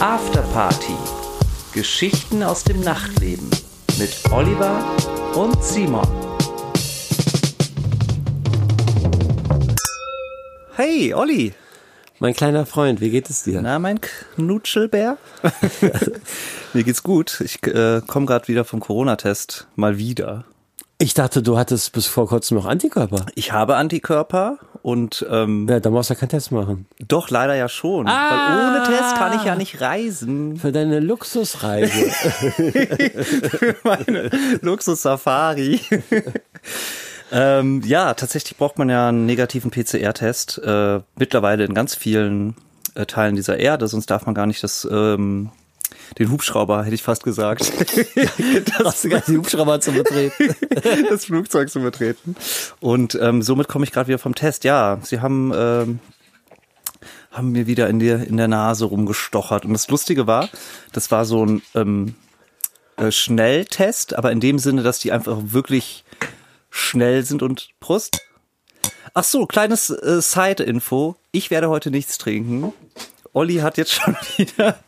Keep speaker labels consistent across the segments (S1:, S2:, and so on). S1: Afterparty. Geschichten aus dem Nachtleben mit Oliver und Simon. Hey, Olli.
S2: Mein kleiner Freund, wie geht es dir?
S1: Na, mein Knutschelbär? Mir geht's gut. Ich äh, komme gerade wieder vom Corona-Test. Mal wieder.
S2: Ich dachte, du hattest bis vor kurzem noch Antikörper.
S1: Ich habe Antikörper und ähm,
S2: Ja, da brauchst du keinen Test machen.
S1: doch leider ja schon. Weil ohne Test kann ich ja nicht reisen.
S2: Für deine Luxusreise.
S1: meine Luxus-Safari. ähm, ja, tatsächlich braucht man ja einen negativen PCR-Test. Äh, mittlerweile in ganz vielen äh, Teilen dieser Erde, sonst darf man gar nicht das, ähm, den Hubschrauber, hätte ich fast gesagt, das,
S2: Hast du gar nicht den Hubschrauber zu betreten?
S1: das Flugzeug zu betreten. Und ähm, somit komme ich gerade wieder vom Test. Ja, sie haben, ähm, haben mir wieder in der, in der Nase rumgestochert. Und das Lustige war, das war so ein ähm, äh, Schnelltest, aber in dem Sinne, dass die einfach wirklich schnell sind und Prost. Ach so, kleines äh, Side-Info. Ich werde heute nichts trinken. Olli hat jetzt schon wieder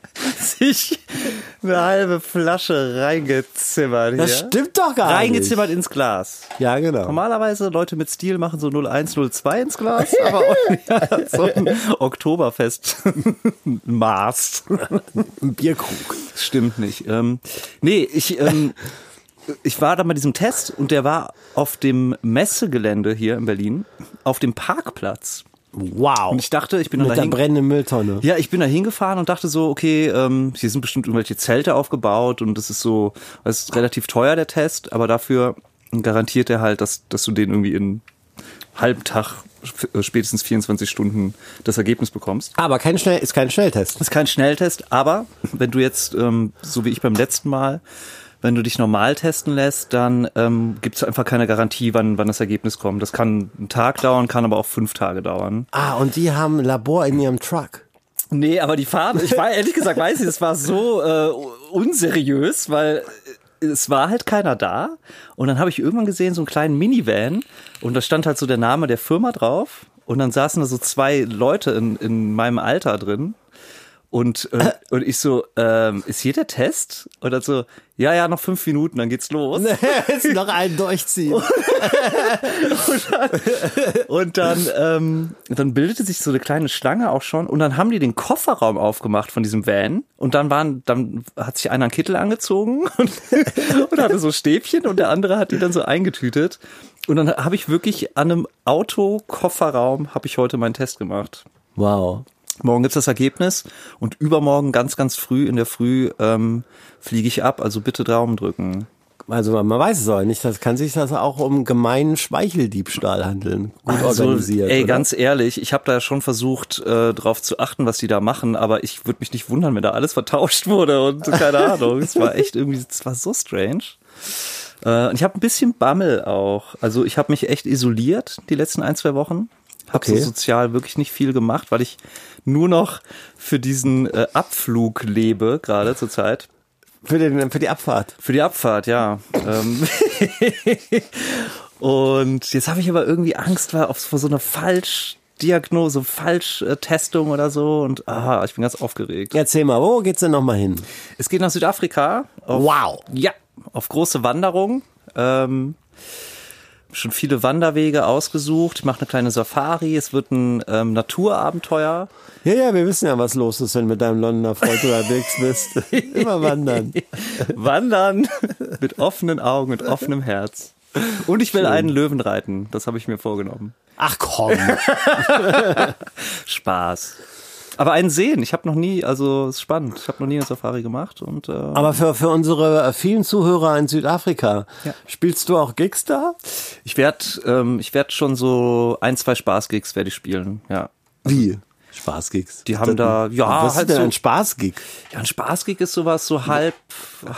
S1: sich eine halbe Flasche reingezimmert. Hier.
S2: Das stimmt doch gar nicht.
S1: Reingezimmert Halt ins Glas.
S2: Ja, genau.
S1: Normalerweise Leute mit Stil machen so 0102 ins Glas, aber Olli hat so ein Oktoberfest Maß.
S2: Ein Bierkrug.
S1: Stimmt nicht. Ähm, nee, ich, ähm, ich war da bei diesem Test und der war auf dem Messegelände hier in Berlin, auf dem Parkplatz.
S2: Wow.
S1: Und ich dachte, ich bin da
S2: Mit der
S1: dahin,
S2: brennenden Mülltonne.
S1: ja, ich bin da hingefahren und dachte so, okay, ähm, hier sind bestimmt irgendwelche Zelte aufgebaut und das ist so, es ist relativ teuer, der Test, aber dafür garantiert er halt, dass, dass du den irgendwie in halben Tag, f- äh, spätestens 24 Stunden das Ergebnis bekommst.
S2: Aber kein Schnell, ist kein Schnelltest.
S1: Das ist kein Schnelltest, aber wenn du jetzt, ähm, so wie ich beim letzten Mal, wenn du dich normal testen lässt, dann ähm, gibt es einfach keine Garantie, wann, wann das Ergebnis kommt. Das kann einen Tag dauern, kann aber auch fünf Tage dauern.
S2: Ah, und die haben ein Labor in ihrem Truck.
S1: Nee, aber die Farbe, ich war ehrlich gesagt, weiß ich, das war so äh, unseriös, weil es war halt keiner da. Und dann habe ich irgendwann gesehen, so einen kleinen Minivan und da stand halt so der Name der Firma drauf. Und dann saßen da so zwei Leute in, in meinem Alter drin. Und, äh, und ich so, ähm, ist hier der Test? Und dann so, ja, ja, noch fünf Minuten, dann geht's los.
S2: Jetzt noch einen durchziehen.
S1: Und dann, ähm, dann bildete sich so eine kleine Schlange auch schon. Und dann haben die den Kofferraum aufgemacht von diesem Van. Und dann waren, dann hat sich einer einen Kittel angezogen und, und hatte so Stäbchen und der andere hat die dann so eingetütet. Und dann habe ich wirklich an einem Auto-Kofferraum habe ich heute meinen Test gemacht.
S2: Wow.
S1: Morgen gibt's das Ergebnis und übermorgen ganz, ganz früh in der Früh ähm, fliege ich ab. Also bitte Daumen drücken.
S2: Also man, man weiß es auch nicht, das kann sich das auch um gemeinen Speicheldiebstahl handeln. Gut organisiert.
S1: Also, ey,
S2: oder?
S1: ganz ehrlich, ich habe da schon versucht, äh, drauf zu achten, was die da machen, aber ich würde mich nicht wundern, wenn da alles vertauscht wurde und keine Ahnung. es war echt irgendwie, es war so strange. Äh, und ich habe ein bisschen Bammel auch. Also ich habe mich echt isoliert die letzten ein, zwei Wochen. Habe
S2: Okay.
S1: so sozial wirklich nicht viel gemacht, weil ich nur noch für diesen äh, Abflug lebe, gerade zurzeit.
S2: für, den, für die Abfahrt.
S1: Für die Abfahrt, ja. Ähm. Und jetzt habe ich aber irgendwie Angst war auf, vor so einer Falschdiagnose, Falschtestung oder so. Und ah, ich bin ganz aufgeregt.
S2: Erzähl mal, wo geht's denn nochmal hin?
S1: Es geht nach Südafrika. Auf,
S2: Wow.
S1: Ja, auf große Wanderung. Ähm, schon viele Wanderwege ausgesucht. Ich mache eine kleine Safari. Es wird ein ähm, Naturabenteuer.
S2: Ja, ja, wir wissen ja, was los ist, wenn du mit deinem Londoner Freund unterwegs bist. Immer wandern.
S1: Wandern mit offenen Augen und offenem Herz. Und ich will einen Löwen reiten. Das habe ich mir vorgenommen.
S2: Ach komm.
S1: Spaß. Aber einen sehen, ich habe noch nie, also es ist spannend, ich habe noch nie eine Safari gemacht und äh,
S2: Aber für, für unsere äh, vielen Zuhörer in Südafrika, spielst du auch Gigs da?
S1: ich werde ähm, ich werd schon so ein, zwei Spaßgigs werde ich spielen, ja.
S2: Wie? Spaßgigs.
S1: Die haben da- ja,
S2: was
S1: halt
S2: ist denn
S1: so-
S2: ein Spaßgig?
S1: Ja, ein Spaßgig ist sowas so halb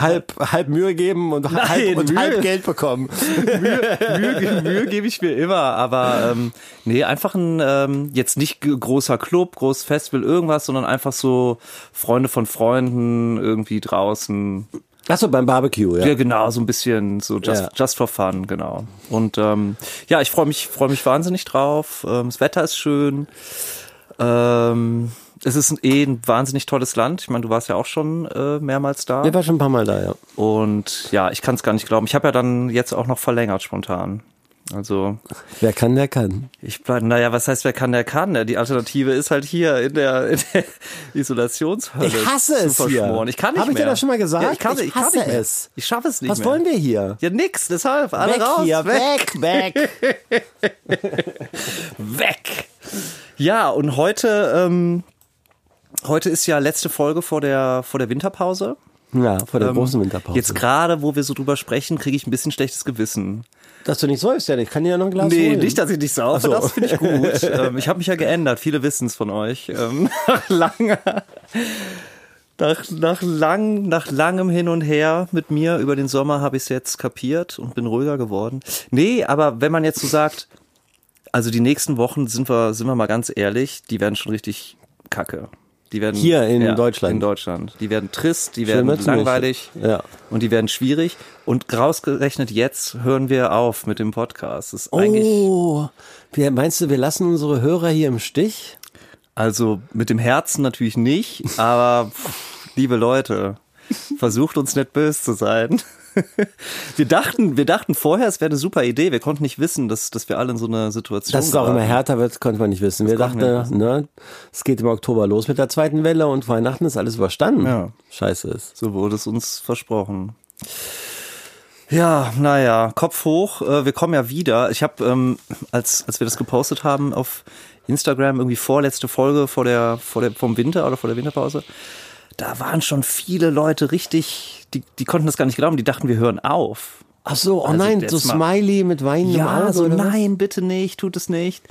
S2: Halb, halb Mühe geben und, halb, und
S1: Mühe.
S2: halb Geld bekommen.
S1: Mühe, Mühe gebe ich mir immer, aber ähm, nee, einfach ein ähm, jetzt nicht g- großer Club, großes Festival, irgendwas, sondern einfach so Freunde von Freunden irgendwie draußen.
S2: Achso, beim Barbecue,
S1: Ja,
S2: ja.
S1: genau, so ein bisschen so just,
S2: Ja.
S1: just for fun, genau. Und ähm, ja, ich freue mich, freue mich wahnsinnig drauf. Ähm, das Wetter ist schön. Ähm, es ist eh ein wahnsinnig tolles Land. Ich meine, du warst ja auch schon äh, mehrmals da.
S2: Ich war schon ein paar Mal da, ja.
S1: Und ja, ich kann es gar nicht glauben. Ich habe ja dann jetzt auch noch verlängert spontan. Also
S2: Wer kann, der kann.
S1: ich bleibe, naja, was heißt, wer kann, der kann? ne? Die Alternative ist halt hier in der, in der Isolationshölle.
S2: Ich hasse
S1: zu
S2: es hier.
S1: verschmoren. Ich kann nicht
S2: Hab ich
S1: mehr.
S2: dir das schon mal gesagt?
S1: Ja, ich kann,
S2: Ich
S1: ich kann
S2: hasse
S1: nicht mehr.
S2: es.
S1: Ich schaffe es nicht
S2: Was
S1: mehr.
S2: wollen wir hier?
S1: Ja, nix, deshalb. Alle
S2: weg
S1: raus.
S2: hier, weg, weg.
S1: weg. Ja, und heute, ähm, heute ist ja letzte Folge vor der, vor der Winterpause.
S2: ja, vor der großen Winterpause.
S1: Ähm, Jetzt gerade, wo wir so drüber sprechen, kriege ich ein bisschen schlechtes Gewissen.
S2: dass du nicht säufst, ja, ich kann dir ja noch ein Glas
S1: nee,
S2: holen.
S1: nicht, dass ich nicht saufe,
S2: so.
S1: das finde ich gut. ähm, ich habe mich ja geändert, viele wissen es von euch. Ähm, nach langer, nach, nach, lang, nach langem Hin und Her mit mir über den Sommer habe ich es jetzt kapiert und bin ruhiger geworden. Nee, aber wenn man jetzt so sagt, also die nächsten Wochen sind wir, sind wir mal ganz ehrlich, die werden schon richtig kacke. Die werden,
S2: Hier in Deutschland.
S1: In Deutschland. Die werden trist, die werden
S2: wird's nicht.
S1: langweilig
S2: Ja.
S1: und die werden schwierig. Und rausgerechnet jetzt hören wir auf mit dem Podcast. Das ist eigentlich,
S2: Oh, wir, meinst du, wir lassen unsere Hörer hier im Stich?
S1: also mit dem Herzen natürlich nicht, aber pff, liebe Leute, versucht uns nicht böse zu sein. Wir dachten, wir dachten vorher, es wäre eine super Idee. Wir konnten nicht wissen, dass, dass wir alle in so eine Situation
S2: Dass es auch immer
S1: geraten.
S2: härter wird, konnte man nicht wissen. wir
S1: konnten
S2: dachten,
S1: wir
S2: ne, es geht im Oktober los mit der zweiten Welle und Weihnachten ist alles überstanden.
S1: Ja.
S2: Scheiße ist.
S1: So wurde es uns versprochen. Ja, naja, Kopf hoch. äh, Wir kommen ja wieder. Ich habe, ähm, als, als wir das gepostet haben auf Instagram, irgendwie vorletzte Folge vor der, vor der, vom Winter oder vor der Winterpause, da waren schon viele Leute richtig, die, die konnten das gar nicht glauben, die dachten, wir hören auf.
S2: Ach so, oh
S1: Also
S2: nein,
S1: jetzt
S2: so
S1: mal-
S2: Smiley mit Wein im
S1: Ja,
S2: Auge.
S1: so
S2: oder was?
S1: nein, bitte nicht, tut es nicht.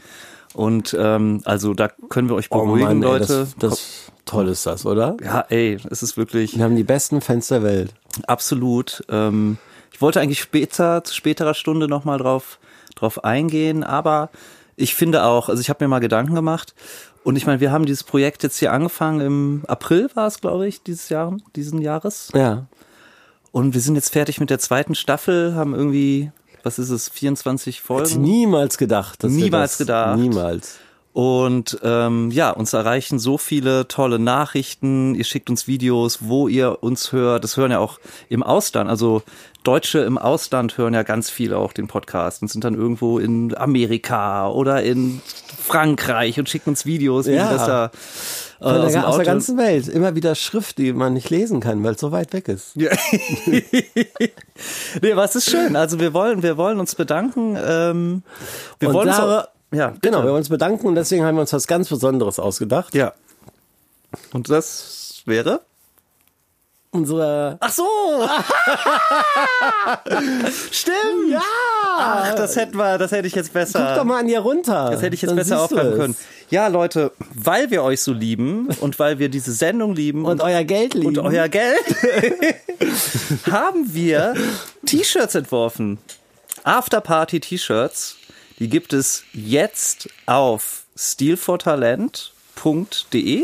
S1: Und ähm, also da können wir euch
S2: Oh
S1: beruhigen,
S2: Mann, ey,
S1: Leute.
S2: das, das toll ist das, oder?
S1: ja, ey, es ist wirklich.
S2: Wir haben die besten Fans der Welt.
S1: Absolut. Ähm, ich wollte eigentlich später, zu späterer Stunde nochmal drauf, drauf eingehen, aber ich finde auch, also ich habe mir mal Gedanken gemacht und ich meine, wir haben dieses Projekt jetzt hier angefangen im April war es, glaube ich, dieses Jahr, diesen Jahres.
S2: Ja.
S1: Und wir sind jetzt fertig mit der zweiten Staffel, haben irgendwie, was ist es, 24
S2: Hätte
S1: Folgen.
S2: niemals gedacht. Dass
S1: Niemals
S2: wir das,
S1: gedacht.
S2: Niemals.
S1: Und ähm, ja, uns erreichen so viele tolle Nachrichten. Ihr schickt uns Videos, wo ihr uns hört. Das hören ja auch im Ausland. Also Deutsche im Ausland hören ja ganz viele auch den Podcast und sind dann irgendwo in Amerika oder in Frankreich und schicken uns Videos, wie
S2: Ja.
S1: sie das da äh,
S2: Von
S1: aus dem
S2: der, aus der
S1: Auto
S2: ganzen Welt. Immer wieder Schrift, die man nicht lesen kann, weil es so weit weg ist.
S1: ja. nee, aber es ist schön. Also wir wollen, wir wollen uns bedanken. Ähm, wir
S2: Und
S1: wollen
S2: da-
S1: uns auch, ja,
S2: Genau, wir wollen uns bedanken und deswegen haben wir uns was ganz Besonderes ausgedacht.
S1: ja. Und das wäre?
S2: Unsere.
S1: Ach so! Stimmt! Ja! Ach, das hätten wir, das hätte ich jetzt
S2: Guck doch
S1: besser.
S2: mal an ihr runter.
S1: Das hätte ich jetzt besser aufgreifen können. Ja, Leute, weil wir euch so lieben und weil wir diese Sendung lieben
S2: Und euer Geld liegen.
S1: und euer Geld, haben wir T-Shirts entworfen. Afterparty-T-Shirts. Die gibt es jetzt auf stilfortalent.de.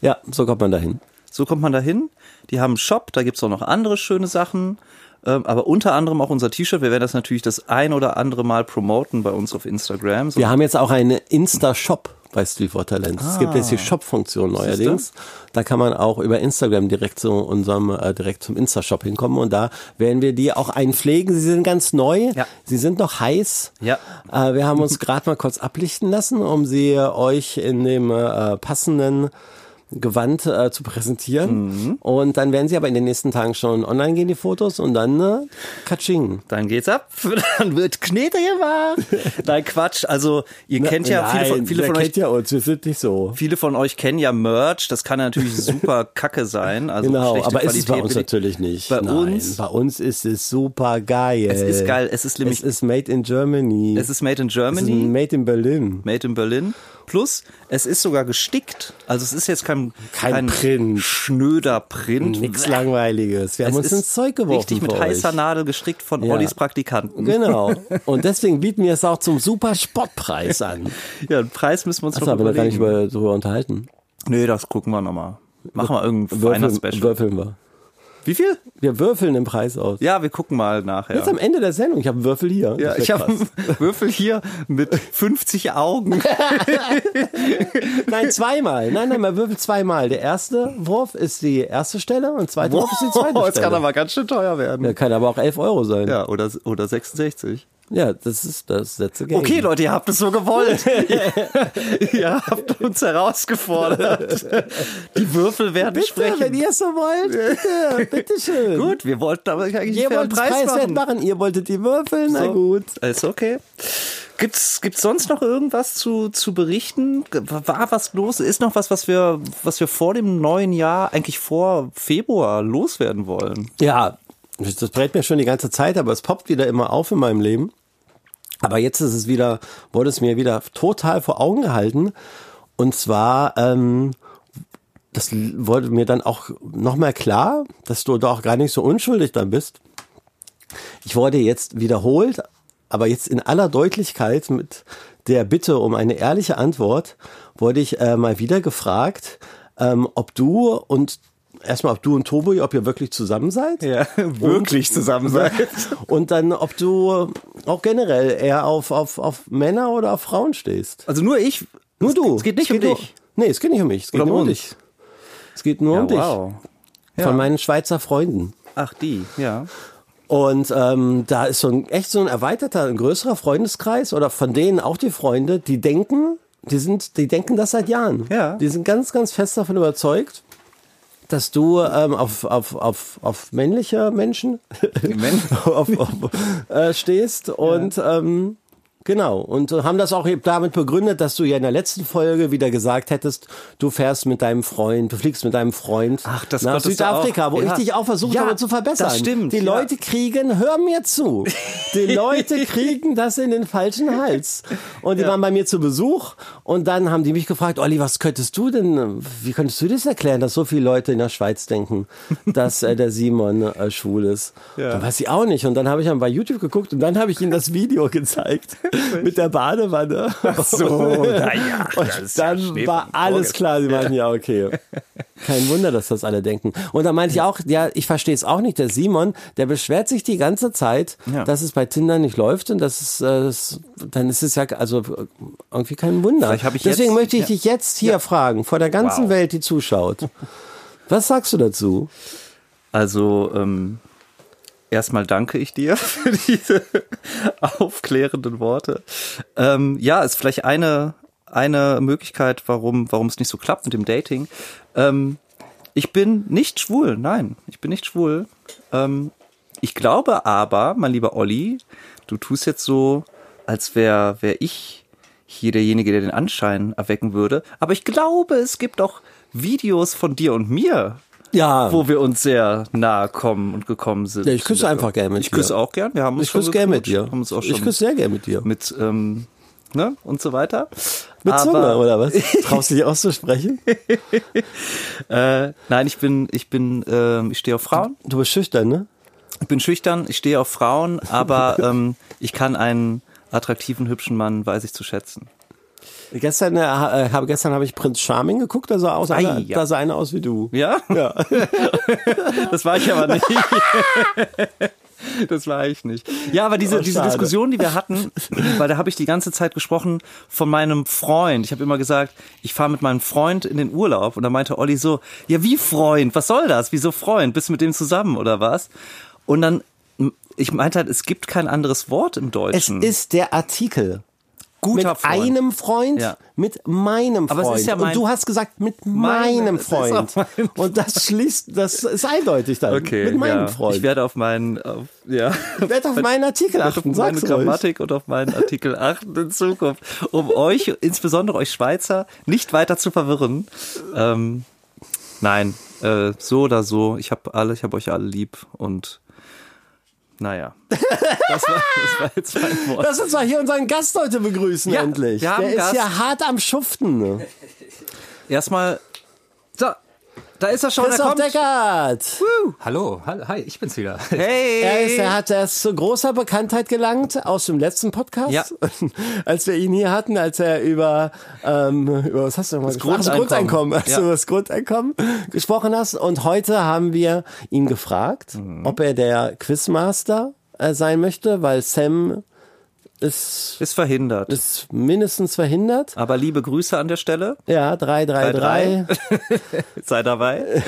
S2: ja, so kommt man dahin.
S1: So kommt man da hin. Die haben einen Shop, da gibt's auch noch andere schöne Sachen. Ähm, aber unter anderem auch unser T-Shirt. Wir werden das natürlich das ein oder andere Mal promoten bei uns auf Instagram. So,
S2: Wir haben jetzt auch einen Insta-Shop bei Steve for Talent. Es gibt
S1: Ah.
S2: jetzt die Shop-Funktion neuerdings. Da kann man auch über Instagram direkt zu unserem äh, direkt zum Insta-Shop hinkommen und da werden wir die auch einpflegen. Sie sind ganz neu.
S1: Ja.
S2: Sie sind noch heiß.
S1: Ja.
S2: Äh, wir haben uns gerade mal kurz ablichten lassen, um sie äh, euch in dem äh, passenden Gewand äh, zu
S1: Mhm.
S2: präsentieren. Und dann werden sie aber in den nächsten Tagen schon online gehen, die Fotos, und dann äh, Katsching.
S1: Dann geht's ab. Dann wird Knete gemacht. Nein, Quatsch. Also, ihr kennt ja viele von,
S2: Äh, Nein,
S1: viele
S2: wer
S1: von euch.
S2: kennt ja uns, wir sind nicht so.
S1: Viele von euch kennen ja Merch, das kann natürlich super kacke sein. Also
S2: Genau,
S1: schlechte
S2: aber ist
S1: Qualität.
S2: es bei uns
S1: will ich-
S2: natürlich nicht.
S1: Bei
S2: Nein,
S1: uns-
S2: Bei uns ist es super geil.
S1: Es ist geil, es ist nämlich,
S2: Es ist made in Germany.
S1: es ist made in
S2: Es ist
S1: Germany.
S2: made in Berlin.
S1: Made in Berlin. Plus, es ist sogar gestickt. Also es ist jetzt kein,
S2: Kein Print.
S1: schnöder Print.
S2: Nix Langweiliges. Wir haben uns ins Zeug geworfen.
S1: Richtig mit
S2: für
S1: heißer
S2: euch.
S1: Nadel gestrickt von
S2: Ja.
S1: Ollis Praktikanten.
S2: Genau. Und deswegen bieten wir es auch zum super Spottpreis an.
S1: Ja, den Preis müssen wir uns
S2: Achso,
S1: noch
S2: aber da kann ich
S1: überlegen.
S2: mal drüber unterhalten.
S1: nee, das gucken wir nochmal. Machen wir irgendein
S2: Würfeln,
S1: Weihnachtsspecial.
S2: würfeln wir.
S1: Wie viel?
S2: Wir würfeln den Preis aus.
S1: Ja, wir gucken mal nachher.
S2: Jetzt am Ende der Sendung. Ich habe einen Würfel hier.
S1: ja,
S2: Das wär
S1: ich habe
S2: krass.
S1: Würfel hier mit 50 Augen.
S2: Nein, zweimal. Nein, nein, man würfelt zweimal. Der erste Wurf ist die erste Stelle und der zweite Wurf Oh, ist die
S1: Wow,
S2: zweite Stelle.
S1: Oh, jetzt kann aber ganz schön teuer werden.
S2: ja, Äh, kann aber auch 11 Euro sein.
S1: Ja, oder, oder 66.
S2: Ja, das ist das letzte Game.
S1: Okay, Leute, ihr habt es so gewollt. ihr habt uns herausgefordert. Die Würfel werden
S2: bitte,
S1: sprechen.
S2: wenn ihr es so wollt, bitte, bitteschön.
S1: Gut, wir wollten aber eigentlich
S2: Ihr
S1: einen fairen
S2: wollt Preis
S1: Preis
S2: Preiswert
S1: machen.
S2: machen, ihr wolltet die Würfel, na
S1: So.
S2: gut.
S1: Ist also okay. Gibt's, gibt's sonst noch irgendwas zu, zu berichten? G- War was los? Ist noch was, was wir, was wir vor dem neuen Jahr, eigentlich vor Februar loswerden wollen?
S2: Ja, das brät mir schon die ganze Zeit, aber es poppt wieder immer auf in meinem Leben. Aber jetzt ist es wieder, wurde es mir wieder total vor Augen gehalten. Und zwar, ähm, das l- wurde mir dann auch noch mal klar, dass du da auch gar nicht so unschuldig dann bist. Ich wurde jetzt wiederholt, aber jetzt in aller Deutlichkeit mit der Bitte um eine ehrliche Antwort, wurde ich äh, mal wieder gefragt, ähm, ob du und erstmal ob du und Tobi, ob ihr wirklich zusammen seid.
S1: wirklich zusammen sein.
S2: Und dann, ob du auch generell eher auf, auf, auf Männer oder auf Frauen stehst.
S1: Also nur ich.
S2: Nur
S1: es,
S2: du.
S1: Es geht nicht
S2: Es
S1: um
S2: nur-
S1: dich.
S2: Nee, es geht nicht um mich. Es geht
S1: Oder um
S2: nur um
S1: uns.
S2: dich. Es geht nur um dich.
S1: Ja.
S2: Von meinen Schweizer Freunden.
S1: Ach, die, ja.
S2: Und ähm, da ist so ein echt so ein erweiterter, ein größerer Freundeskreis oder von denen auch die Freunde, die denken, die sind, die denken das seit Jahren.
S1: Ja.
S2: Die sind ganz, ganz fest davon überzeugt, dass du ähm, auf, auf, auf, auf männliche Menschen
S1: Moment.
S2: auf, auf, äh, stehst und ähm, genau und haben das auch eben damit begründet, dass du ja in der letzten Folge wieder gesagt hättest, du fährst mit deinem Freund, du fliegst mit deinem Freund
S1: Ach, das
S2: nach
S1: konntest du
S2: Südafrika,
S1: auch.
S2: wo
S1: Ja.
S2: ich dich auch versucht
S1: Ja,
S2: habe zu verbessern.
S1: das stimmt,
S2: Die
S1: ja.
S2: Leute kriegen, hör mir zu. Die Leute kriegen das in den falschen Hals. Und die waren bei mir zu Besuch und dann haben die mich gefragt, Olli, was könntest du denn, wie könntest du das erklären, dass so viele Leute in der Schweiz denken, dass äh, der Simon äh, schwul ist?
S1: Ja.
S2: Dann weiß ich auch nicht. Und dann habe ich dann bei YouTube geguckt und dann habe ich ihnen das Video gezeigt mit der Badewanne. Ach
S1: so, na ja, das
S2: und
S1: ist ja
S2: dann
S1: Schnee
S2: war
S1: vom
S2: alles
S1: Morgen.
S2: klar. Sie meinten, ja, okay. Kein Wunder, dass das alle denken. Und da meinte ich auch, ja, ich verstehe es auch nicht. Der Simon, der beschwert sich die ganze Zeit,
S1: Ja.
S2: dass es bei Tinder nicht läuft und das ist, äh, das, dann ist es ja also irgendwie kein Wunder.
S1: Vielleicht habe ich
S2: Deswegen
S1: jetzt-
S2: möchte ich
S1: ja.
S2: dich jetzt hier fragen, vor der ganzen
S1: Wow.
S2: Welt, die zuschaut. Was sagst du dazu?
S1: Also, ähm, erstmal danke ich dir für diese aufklärenden Worte. Ähm, ja, ist vielleicht eine, eine Möglichkeit, warum, warum es nicht so klappt mit dem Dating. Ähm, ich bin nicht schwul, nein, ich bin nicht schwul. Ähm, ich glaube aber, mein lieber Olli, du tust jetzt so, als wäre wär ich hier derjenige, der den Anschein erwecken würde. Aber ich glaube, es gibt auch Videos von dir und mir,
S2: Ja,
S1: wo wir uns sehr nahe kommen und gekommen sind.
S2: Ah. Ja, ich küsse einfach gerne mit
S1: Ich küsse
S2: dir.
S1: auch gern. Wir haben uns
S2: ich
S1: schon
S2: küsse gerne mit
S1: geknutscht,
S2: dir.
S1: Haben uns auch schon
S2: ich küsse sehr gerne mit dir.
S1: mit ähm, ne und so weiter.
S2: Mit
S1: Aber,
S2: Zunge, oder was? Traust du dich auszusprechen?
S1: Äh, nein, ich bin ich bin ähm, ich stehe auf Frauen.
S2: Du bist schüchtern, ne?
S1: Ich bin schüchtern. Ich stehe auf Frauen, aber ähm, ich kann einen attraktiven hübschen Mann weiß ich zu schätzen.
S2: Gestern äh, habe gestern habe ich Prinz Charming geguckt, da sah, aus einer,
S1: Ei, ja.
S2: da sah einer aus wie du.
S1: Ja? Ja. das war ich aber nicht. Das war ich nicht. Ja, aber diese,
S2: Oh,
S1: diese
S2: schade.
S1: Diskussion, die wir hatten, weil da habe ich die ganze Zeit gesprochen von meinem Freund. Ich habe immer gesagt, ich fahre mit meinem Freund in den Urlaub. Und da meinte Olli so, ja, wie Freund? Was soll das? Wieso Freund? Bist du mit dem zusammen oder was? Und dann, ich meinte halt, es gibt kein anderes Wort im
S2: Es
S1: Deutschen.
S2: ist der Artikel.
S1: guter
S2: mit einem Freund,
S1: Ja.
S2: mit meinem Freund.
S1: Aber es ist ja mein-
S2: Und du hast gesagt, mit
S1: Meine-
S2: meinem
S1: es ist auch
S2: Freund.
S1: mein-
S2: Und das schließt, das ist eindeutig dann.
S1: Okay,
S2: mit meinem
S1: ja.
S2: Freund.
S1: Ich werde auf meinen, auf, ja.
S2: Werd auf meinen Artikel
S1: Werd auf
S2: achten,
S1: meine
S2: sag's ruhig.
S1: Grammatik und auf meinen Artikel achten in Zukunft, um euch, insbesondere euch Schweizer, nicht weiter zu verwirren. Ähm, nein, äh, so oder so, ich habe alle, ich habe euch alle lieb und naja. Das war, das war jetzt mein Wort.
S2: Lass uns mal hier unseren Gast heute begrüßen,
S1: Ja,
S2: endlich.
S1: wir haben
S2: Der ist
S1: Gast.
S2: ja hart am Schuften.
S1: Erstmal, so, da ist er schon. Er
S2: Christoph
S1: kommt.
S2: Deckert!
S3: Hallo, hall- hi, ich bin's wieder.
S2: Er, ist,
S1: Hey!
S2: er hat erst zu großer Bekanntheit gelangt aus dem letzten Podcast,
S1: Ja.
S2: als wir ihn hier hatten, als er über, ähm, über was hast du nochmal gesprochen? Ach, das
S1: Grundeinkommen.
S2: Grundeinkommen. Also
S1: Ja.
S2: das Grundeinkommen gesprochen hast. Und heute haben wir ihn gefragt, ob er der Quizmaster äh, sein möchte, weil Sam ist,
S1: Ist verhindert.
S2: ist mindestens verhindert.
S1: Aber liebe Grüße an der Stelle.
S2: Ja, 333.
S1: Sei dabei.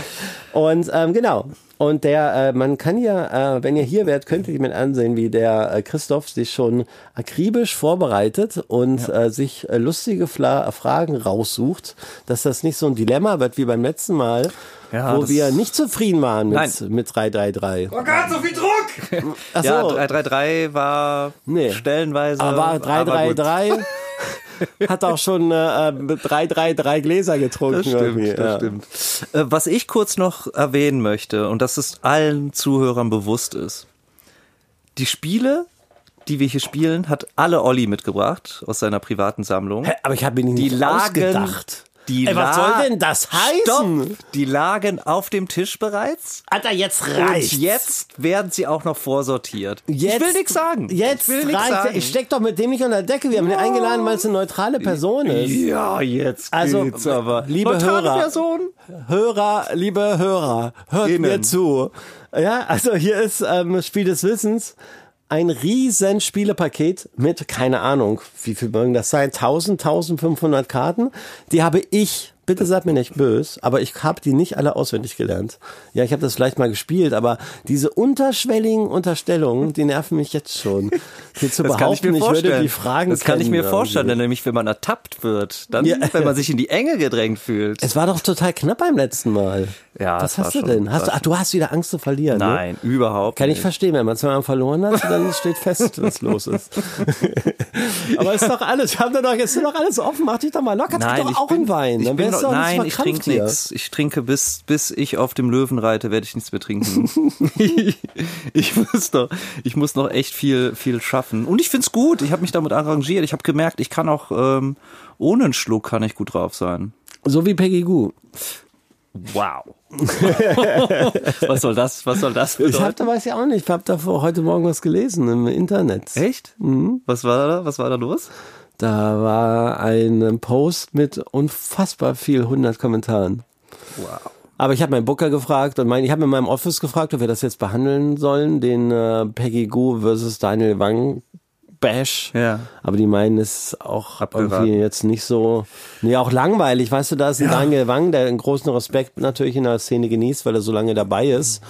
S2: Und ähm, genau. Und der, äh, man kann ja, äh, wenn ihr hier wärt, könnt ihr mit ansehen, wie der äh, Christoph sich schon akribisch vorbereitet und äh, sich äh, lustige Fla Fragen raussucht, dass das nicht so ein Dilemma wird wie beim letzten Mal,
S1: Ja,
S2: wo
S1: das-
S2: wir nicht zufrieden waren mit,
S1: Nein.
S2: mit 333.
S4: Oh Gott, so viel Druck!
S2: Ach
S1: Ja,
S2: so.
S1: 333 war
S2: Nee.
S1: stellenweise.
S2: aber
S1: gut.
S2: 333 hat auch schon äh, äh, 333 Gläser getrunken.
S1: Das stimmt,
S2: irgendwie,
S1: das
S2: ja.
S1: stimmt. Äh, Was ich kurz noch erwähnen möchte und dass es allen Zuhörern bewusst ist. Die Spiele, die wir hier spielen, hat alle Olli mitgebracht aus seiner privaten Sammlung.
S2: Hä, Aber ich habe mir nicht
S1: Die lagen,
S2: ausgedacht.
S1: Die
S2: Ey, was
S1: la-
S2: soll denn das heißen?
S1: Stopp! Die lagen auf dem Tisch bereits.
S2: Alter, jetzt
S1: Und jetzt werden sie auch noch vorsortiert. ich will nichts sagen. ich
S2: Jetzt
S1: will nichts
S2: reicht's.
S1: sagen.
S2: Ich steck doch mit dem nicht unter der Decke. Wir haben den eingeladen, weil es eine neutrale Person ist.
S1: ja, jetzt
S2: Also,
S1: geht's aber.
S2: liebe
S1: Neutrale
S2: Hörer.
S1: Person,
S2: Hörer, liebe Hörer, hört
S1: Innen.
S2: mir zu. Ja, also hier ist ähm, Spiel des Wissens. Ein riesen Spielepaket mit, keine Ahnung, wie viel mögen das sein? 1000, 1500 Karten. Die habe ich, bitte seid mir nicht böse, aber ich habe die nicht alle auswendig gelernt. Ja, ich habe das vielleicht mal gespielt, aber diese unterschwelligen Unterstellungen, die nerven mich jetzt schon. Hier zu
S1: Das kann ich
S2: behaupten,
S1: mir
S2: ich,
S1: vorstellen.
S2: würde die Fragen
S1: das kann ich mir
S2: kennen,
S1: vorstellen,
S2: irgendwie.
S1: denn nämlich wenn man ertappt wird, dann,
S2: Ja.
S1: wenn man sich in die Enge gedrängt fühlt.
S2: Es war doch total knapp beim letzten Mal.
S1: Ja,
S2: Was
S1: es war
S2: hast du
S1: schon-
S2: denn? Hast du,
S1: war
S2: ach, du hast wieder Angst zu verlieren. Ne?
S1: Nein, überhaupt
S2: Kann ich
S1: nicht.
S2: verstehen, wenn man zweimal verloren hat, dann steht fest, was los ist. Aber ist doch alles, haben wir doch, ist doch alles offen, mach dich doch mal locker, trink
S1: Nein,
S2: doch
S1: ich
S2: auch
S1: bin,
S2: einen Wein.
S1: Ich
S2: Dann
S1: bin
S2: wärst du
S1: doch-
S2: auch
S1: nein,
S2: nicht
S1: ich
S2: so verkrampft
S1: trinke
S2: hier.
S1: nichts. Ich trinke bis bis ich auf dem Löwen reite, werde ich nichts mehr trinken. ich muss doch, ich muss noch echt viel viel schaffen. Und ich find's gut. Ich habe mich damit arrangiert. Ich habe gemerkt, ich kann auch ähm, ohne einen Schluck kann ich gut drauf sein.
S2: So wie Peggy Goo.
S1: Wow. was soll das? Was soll das
S2: Ich hab
S1: bedeuten?
S2: da, weiß ich auch nicht, ich hab da vor- heute Morgen was gelesen im Internet.
S1: Echt? Mhm. Was war da? Was war da los?
S2: Da war ein Post mit unfassbar viel 100 Kommentaren.
S1: Wow.
S2: Aber ich habe meinen Booker gefragt und mein, ich habe in meinem Office gefragt, ob wir das jetzt behandeln sollen, den äh, Peggy Goo versus Daniel Wang Bash.
S1: Ja.
S2: Aber die meinen, es ist auch
S1: Abgeraten.
S2: irgendwie jetzt nicht so, nee, auch langweilig. Weißt du, da ist ein Daniel Wang, der einen großen Respekt natürlich in der Szene genießt, weil er so lange dabei ist.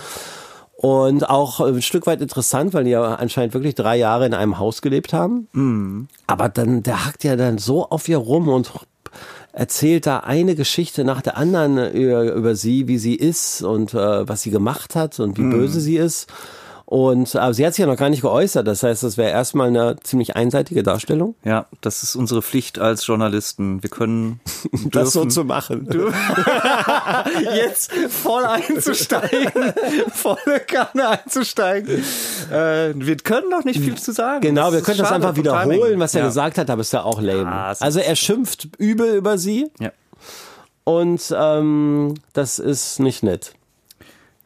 S2: Und auch ein Stück weit interessant, weil die ja anscheinend wirklich drei Jahre in einem Haus gelebt haben. Aber dann, der hackt ja dann so auf ihr rum und erzählt da eine Geschichte nach der anderen über, über sie, wie sie ist und äh, was sie gemacht hat und wie böse sie ist. Und aber sie hat sich ja noch gar nicht geäußert. Das heißt, das wäre erstmal eine ziemlich einseitige Darstellung.
S1: Ja, das ist unsere Pflicht als Journalisten. Wir können dürfen,
S2: machen.
S1: jetzt voll einzusteigen, volle Kanne einzusteigen. Äh, wir können noch nicht viel zu sagen.
S2: Genau, wir
S1: ist
S2: können das
S1: schade
S2: einfach
S1: vom
S2: wiederholen,
S1: Timing.
S2: was er
S1: ja.
S2: gesagt hat, aber ist ja auch lame.
S1: Ja, es
S2: also er schimpft übel über sie
S1: Ja.
S2: und ähm, das ist nicht nett.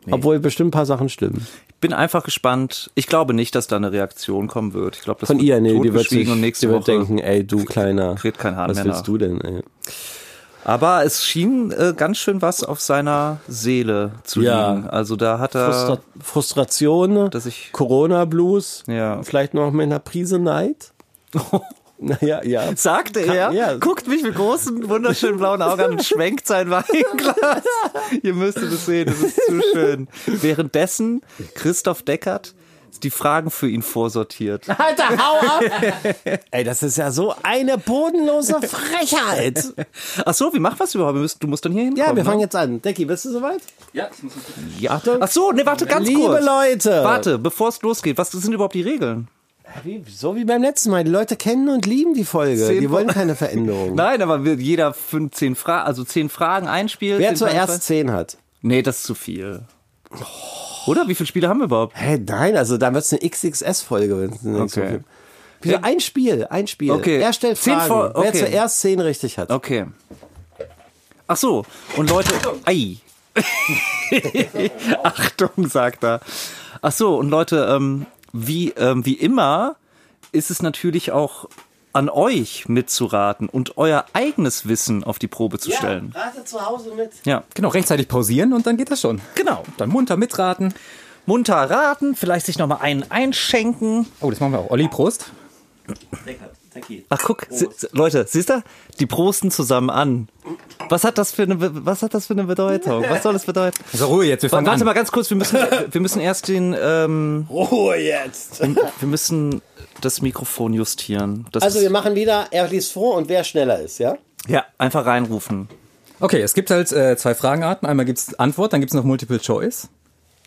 S2: Obwohl bestimmt ein paar Sachen stimmen.
S1: Ich bin einfach gespannt. Ich glaube nicht, dass da eine Reaktion kommen wird. Ich glaube, das
S2: Von
S1: wird
S2: ihr, nee, die wird,
S1: totgeschwiegen
S2: sich,
S1: und nächste
S2: die wird
S1: Woche.
S2: denken, ey, du kleiner,
S1: kriegt kein Hahn
S2: was
S1: mehr
S2: willst
S1: nach. Äh,
S2: du denn, ey?
S1: Aber es schien äh, ganz schön was auf seiner Seele zu
S2: Ja.
S1: liegen. Also da hat er
S2: Frustra Frustration,
S1: dass ich-
S2: Corona-Blues,
S1: Ja.
S2: vielleicht noch mit einer Prise Neid. Naja, ja.
S1: sagte
S2: Kann-
S1: er,
S2: ja.
S1: guckt mich mit großen, wunderschönen blauen Augen an und schwenkt sein Weinglas. Ihr müsstet es sehen, das ist zu schön. Währenddessen Christoph Deckert die Fragen für ihn vorsortiert.
S2: Alter, hau ab! ey, das ist ja so eine bodenlose Frechheit.
S1: Ach so, wie macht was überhaupt? Wir müssen- Du musst dann hier hinkommen.
S2: Ja, wir fangen
S1: ne?
S2: jetzt an. Decky, bist du soweit?
S3: Ja, ich muss mich
S1: Ja. Achtung. Ach so, ne, warte ganz
S2: Liebe
S1: kurz.
S2: Leute.
S1: Warte, bevor es losgeht, was sind überhaupt die Regeln?
S2: Wie, so wie beim letzten Mal. Die Leute kennen und lieben die Folge.
S1: Zehn
S2: Die wollen
S1: Fol-
S2: keine Veränderung.
S1: Nein, aber wird jeder fünf, zehn Fragen, also zehn Fragen einspielt.
S2: Wer
S1: zehn Fragen
S2: zuerst
S1: zwei-
S2: zehn hat.
S1: Nee, das ist zu viel. Oder? Wie viele Spiele haben wir überhaupt?
S2: Hey, nein, also dann wird's eine XXS-Folge, wenn es nicht so
S1: Okay.
S2: viel. Wieso? Ein Spiel, ein Spiel.
S1: Okay.
S2: Er stellt
S1: Zehn
S2: Fragen.
S1: vor-
S2: Wer
S1: okay.
S2: zuerst zehn richtig hat.
S1: Okay. Ach so. Und Leute, ei. Achtung, sagt er. Ach so, und Leute, ähm, wie, ähm, wie immer ist es natürlich auch an euch mitzuraten und euer eigenes Wissen auf die Probe zu stellen.
S2: rate zu Hause mit.
S1: Ja,
S3: Genau, rechtzeitig pausieren und dann geht das schon.
S1: genau.
S3: Dann munter mitraten.
S1: Munter raten, vielleicht sich nochmal einen einschenken.
S3: Oh, das machen wir auch. Olli, Prost.
S1: Ach guck, si si- Leute, siehst du? Die prosten zusammen an. Was hat das für eine, Be- was hat das für eine Bedeutung? Was soll das bedeuten?
S3: So, Also Ruhe jetzt, wir fangen
S1: Warte
S3: an.
S1: mal ganz kurz, wir müssen, wir müssen erst den, ähm,
S2: Ruhe Oh, jetzt.
S1: wir müssen das Mikrofon justieren. Das
S2: Also wir
S1: ist,
S2: machen wieder, er liest vor und wer schneller ist, ja?
S1: ja, einfach reinrufen.
S3: Okay, es gibt halt äh, zwei Fragenarten. Einmal gibt's Antwort, dann gibt's noch Multiple Choice.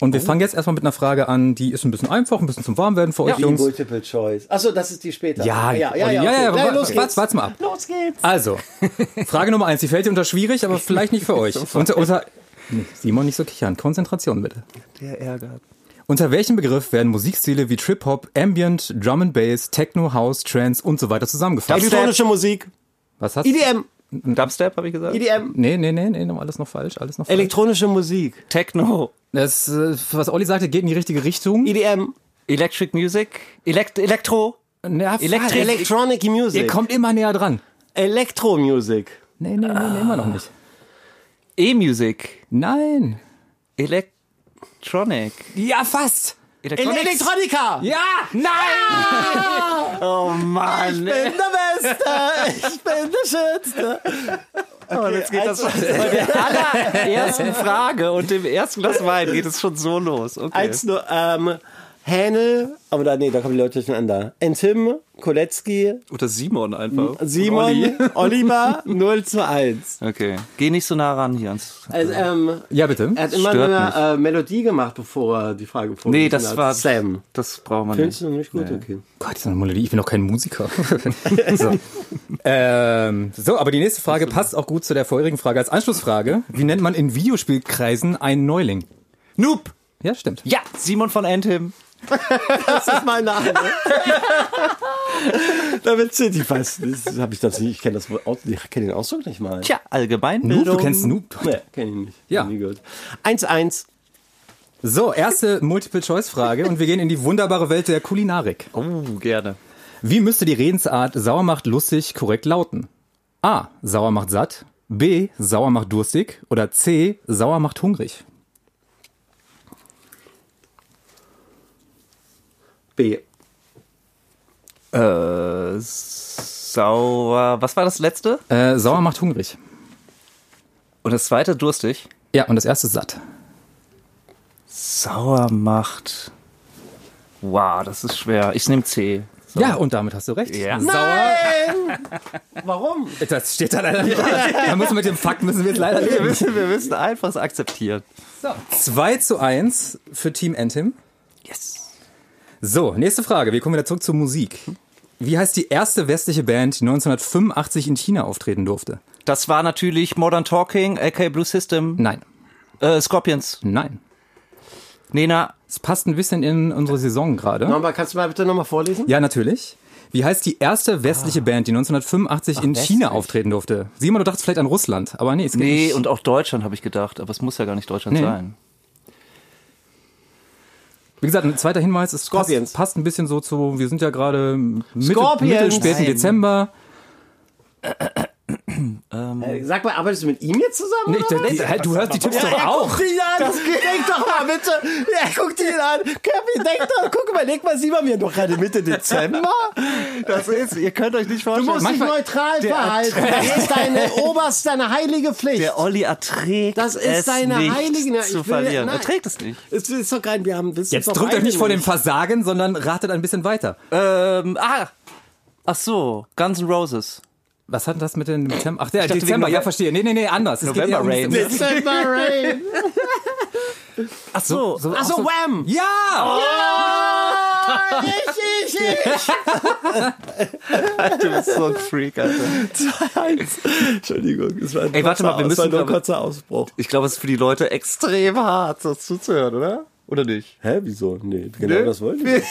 S3: Und wir fangen jetzt erstmal mit einer Frage an, die ist ein bisschen einfach, ein bisschen zum Warmwerden für euch Jungs.
S2: Multiple Choice. Achso, das ist die später.
S3: Ja,
S2: ja, ja.
S3: Olli,
S2: ja,
S3: ja, ja,
S2: okay.
S3: wa-
S2: Nein, los
S3: wa-
S2: geht's.
S3: warte mal ab.
S2: Los geht's.
S3: Also, Frage Nummer eins, die fällt dir unter schwierig, aber vielleicht nicht für euch. Unter, unter, nee, Simon, nicht so kichern. Konzentration bitte.
S1: Der Ärger.
S3: Unter welchem Begriff werden Musikstile wie Trip-Hop, Ambient, Drum and Bass, Techno, House, Trance und so weiter zusammengefasst?
S2: Elektronische Musik.
S3: Was hast du?
S2: EDM.
S1: Dubstep, habe ich gesagt?
S2: EDM.
S3: Nee, nee, nee, nee, noch- alles noch falsch, alles noch falsch.
S2: Elektronische Musik.
S1: Techno.
S3: Das, äh, was Olli sagte, geht in die richtige Richtung.
S2: EDM.
S1: Electric Music. Elekt Elektro.
S3: Ja,
S1: Elektrik.
S3: Elekt
S2: Electronic
S3: Ihr
S2: Music.
S3: kommt immer näher dran.
S2: Electro Music.
S3: Nee, nee, nee, nee, immer noch nicht.
S1: E-Music.
S3: Nein.
S1: Electronic.
S3: Ja, fast.
S1: Electronics.
S2: Elektronika.
S3: Ja, nein.
S1: Oh Mann.
S2: Ich bin der Beste. Ich bin der Schönste. Oh,
S1: Und jetzt geht das bei der allerersten Frage und dem ersten Glas Wein geht es schon so los. Okay.
S2: Eins nur, ähm, Hänel, aber da, nee, da kommen die Leute durcheinander. Entim, Kolecki,
S1: Oder Simon einfach.
S2: Simon, Oliver, 0 zu 1.
S1: Okay. Geh nicht so nah ran hier ans.
S2: Also, ähm,
S3: Ja, bitte.
S2: er hat immer
S1: Stört
S2: eine äh, Melodie gemacht, bevor er die Frage vorgelesen
S1: Nee, das
S2: hat.
S1: war.
S2: Sam.
S1: Das brauchen wir
S2: Findest
S1: nicht.
S2: du nicht gut? Okay.
S3: Gott, so eine Melodie. Ich bin doch kein Musiker. so. Ähm, so, aber die nächste Frage passt auch gut zu der vorherigen Frage als Anschlussfrage. Wie nennt man in Videospielkreisen einen Neuling?
S1: Noob!
S3: Ja, stimmt.
S1: Ja, Simon von Anthem.
S2: Das ist mein Name. Damit sind die fast. Das hab ich tatsächlich. Ich kenne das Wort- ich kenne den Ausdruck nicht mal.
S1: Tja,
S3: Snoop, du
S1: Allgemeinbildung.
S3: kennst Snoop.
S2: Nee, kenne ich nicht.
S3: Ja.
S2: Nie gehört. 1-1.
S3: So, erste Multiple-Choice-Frage und wir gehen in die wunderbare Welt der Kulinarik.
S1: Oh, gerne.
S3: Wie müsste die Redensart sauer macht lustig korrekt lauten? A. Sauer macht satt. B. Sauer macht durstig. Oder C. Sauer macht hungrig.
S2: B.
S1: Äh, sauer. Was war das letzte?
S3: Äh, sauer macht hungrig.
S1: Und das zweite durstig.
S3: Ja, und das erste ist satt.
S1: Sauer macht. Wow, das ist schwer. Ich nehme C.
S3: Ja, und damit hast du recht.
S1: Ja.
S3: Sauer.
S2: Warum?
S3: Das steht da leider nicht. Da müssen wir mit dem Fakt müssen wir jetzt leider
S1: Wir
S3: leben.
S1: müssen, wir müssen einfach es akzeptieren.
S3: So. 2 zu 1 für Team Anthem.
S1: Yes.
S3: So, nächste Frage. Wir kommen wieder zurück zur Musik. Wie heißt die erste westliche Band, die 1985 in China auftreten durfte?
S1: Das war natürlich Modern Talking, aka Blue System,
S3: Nein.
S1: äh, Scorpions.
S3: Nein.
S1: Nena,
S3: Es passt ein bisschen in unsere Saison gerade.
S2: Nochmal, kannst du mal bitte nochmal vorlesen?
S3: Ja, natürlich. Wie heißt die erste westliche Band, die 1985 in China auftreten durfte? Simon, du dachtest vielleicht an Russland, aber nee, es geht
S1: nee,
S3: nicht.
S1: und auch Deutschland habe ich gedacht, aber es muss ja gar nicht Deutschland
S3: Nee.
S1: sein.
S3: Wie gesagt, ein zweiter Hinweis, es
S2: Scorpions.
S3: passt, passt ein bisschen so zu, wir sind ja gerade Mitte,
S2: Scorpions.
S3: Mitte späten
S1: Nein.
S3: Dezember.
S2: Äh, Sag mal, arbeitest du mit ihm jetzt zusammen?
S3: Ich,
S2: oder?
S3: hä, du hörst die Tipps doch
S2: er
S3: auch.
S2: guckt ihn an. denk doch mal bitte. Er guckt ihn an. Köppi, denk doch. Guck, überleg mal, Simon, wir haben doch gerade Mitte Dezember.
S1: Das ist, ihr könnt euch nicht vorstellen.
S2: Du musst dich
S3: Manchmal-
S2: neutral verhalten. Das ist deine oberst, deine heilige Pflicht.
S1: der Olli erträgt
S2: Das ist
S1: es
S2: seine
S1: nicht
S2: heilige- Ich
S1: zu
S2: will-
S1: verlieren.
S2: nein.
S1: Er trägt es nicht.
S2: es ist doch kein, wir haben Wissen.
S3: Jetzt drückt euch nicht vor dem Versagen, sondern ratet ein bisschen weiter.
S1: Ähm, ah, ach so, Guns N' Roses.
S3: Was hat das mit dem Dezember? Ach, der
S1: dachte,
S3: Dezember,
S1: wegen
S3: ja,
S1: Nove-
S3: verstehe. Nee, nee, nee, anders. Es geht
S1: November
S3: eher
S1: Rain.
S3: um-
S2: Dezember Rain.
S1: Ach so,
S3: auch
S2: Achso, Wham.
S1: Oh,
S3: Ja!
S2: Ah, Ich, ich, ich.
S1: du bist so ein Freak, Alter.
S2: Eins. Entschuldigung, es war ein
S1: Ey, warte mal, wir
S2: kurzer- es war
S1: müssen-
S2: nur ein kurzer Ausbruch.
S1: Ich glaube, es ist für die Leute extrem hart, das zuzuhören, oder? Oder nicht?
S2: Hä, wieso? Nee, genau das wollten wir.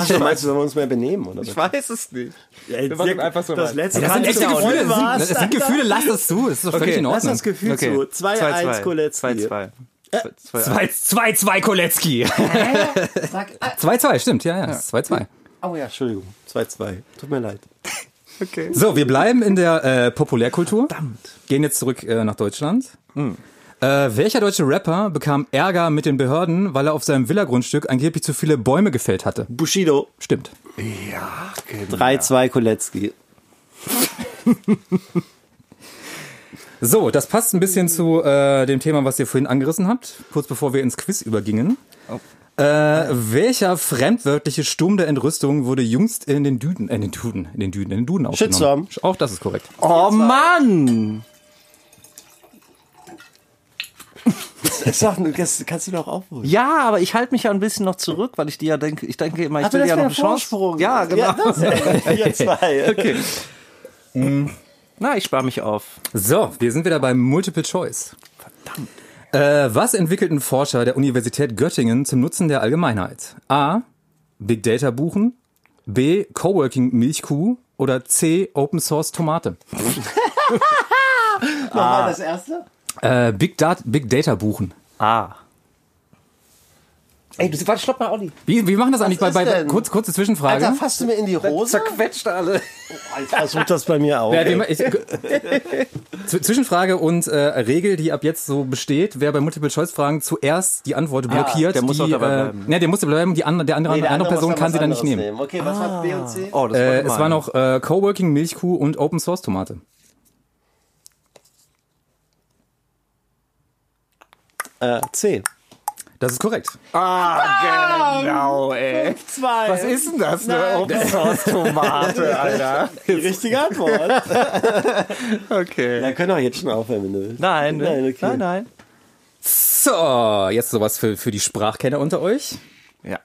S2: Ach, du meinst, sollen wir uns mehr benehmen, oder?
S1: Ich weiß es nicht.
S2: wir
S1: machen einfach so
S2: das
S1: rein.
S2: letzte
S3: Das sind
S2: Mal
S3: echte
S2: zu
S3: Gefühle.
S2: Hause warst,
S3: Das sind, das sind
S2: Alter.
S3: Gefühle, lass das zu. Das ist doch völlig in
S2: lass
S3: Ordnung.
S2: das Gefühl zu. 2-1 Koletzki.
S1: 2-2. 2-2.
S3: 2-2 Kolecki. 2-2, stimmt, ja, ja. 2-2.
S2: Oh ja, Entschuldigung. 2-2. Tut mir leid.
S1: Okay.
S3: So, wir bleiben in der äh, Populärkultur. Gehen jetzt zurück äh, nach Deutschland.
S1: Hm.
S3: Äh, welcher deutsche Rapper bekam Ärger mit den Behörden, weil er auf seinem Villagrundstück angeblich zu viele Bäume gefällt hatte?
S2: Bushido.
S3: Stimmt.
S2: 3-2 Koletzki.
S3: So, das passt ein bisschen zu äh, dem Thema, was ihr vorhin angerissen habt, kurz bevor wir ins Quiz übergingen. Äh, welcher fremdwörtliche Sturm der Entrüstung wurde jüngst in den Düden, äh, in den Duden, in den Düden, in den Duden aufgenommen?
S2: Shitstorm.
S3: Auch das ist korrekt.
S1: Oh Mann!
S2: Sag, das kannst du doch aufholen.
S1: Ja, aber ich halte mich ja ein bisschen noch zurück, weil ich dir ja denke, ich denke immer, ich will dir ja noch eine Chance. Ja, genau.
S2: das ist 4-2.
S1: okay. Hm. Na, ich spare mich auf.
S3: So, wir sind wieder bei Multiple Choice.
S1: Verdammt.
S3: Äh, was entwickelten Forscher der Universität Göttingen zum Nutzen der Allgemeinheit? A. Big Data buchen. B. Coworking Milchkuh. Oder C. Open Source Tomate.
S2: Nochmal das erste?
S3: Äh, Big, Dat Big Data buchen.
S1: Ah. Ey, du, warte, stopp mal, Olli.
S3: Wie, wie machen das eigentlich bei,
S2: Was
S3: bei,
S2: ist
S3: bei
S2: denn?
S3: kurz, kurze Zwischenfrage?
S2: Alter, fasst du mir in die Hose?
S1: Zerquetscht alle.
S2: Ich versuch das bei mir auch.
S3: Wer hat immer- ich, Zw- Zwischenfrage und äh, Regel, die ab jetzt so besteht, wer bei Multiple-Choice-Fragen zuerst die
S2: Ah,
S3: Antwort blockiert,
S1: der muss
S3: die,
S1: auch dabei
S3: äh,
S1: bleiben.
S3: Ne, der muss dabei bleiben, die an, der andere,
S2: Nee, der
S3: andere
S2: muss
S3: Person
S2: dann
S3: kann
S2: was
S3: sie dann nicht
S2: anderes
S3: nehmen.
S2: Okay, was war B und C?
S1: Oh, das
S3: Äh,
S1: gemein.
S3: es war noch äh, Coworking, Milchkuh und Open Source Tomate.
S2: Äh, C.
S3: Das ist korrekt.
S1: Ah, genau, ey.
S2: 2. Was
S1: ist denn das, ne? Open Source Tomate, Alter.
S2: die richtige Antwort?
S1: Okay.
S2: Wir können auch jetzt schon aufhören, wenn du willst.
S1: Nein, ne?
S2: Nein, okay.
S1: nein, nein.
S3: So, jetzt sowas für, für die Sprachkenner unter euch.
S1: Ja.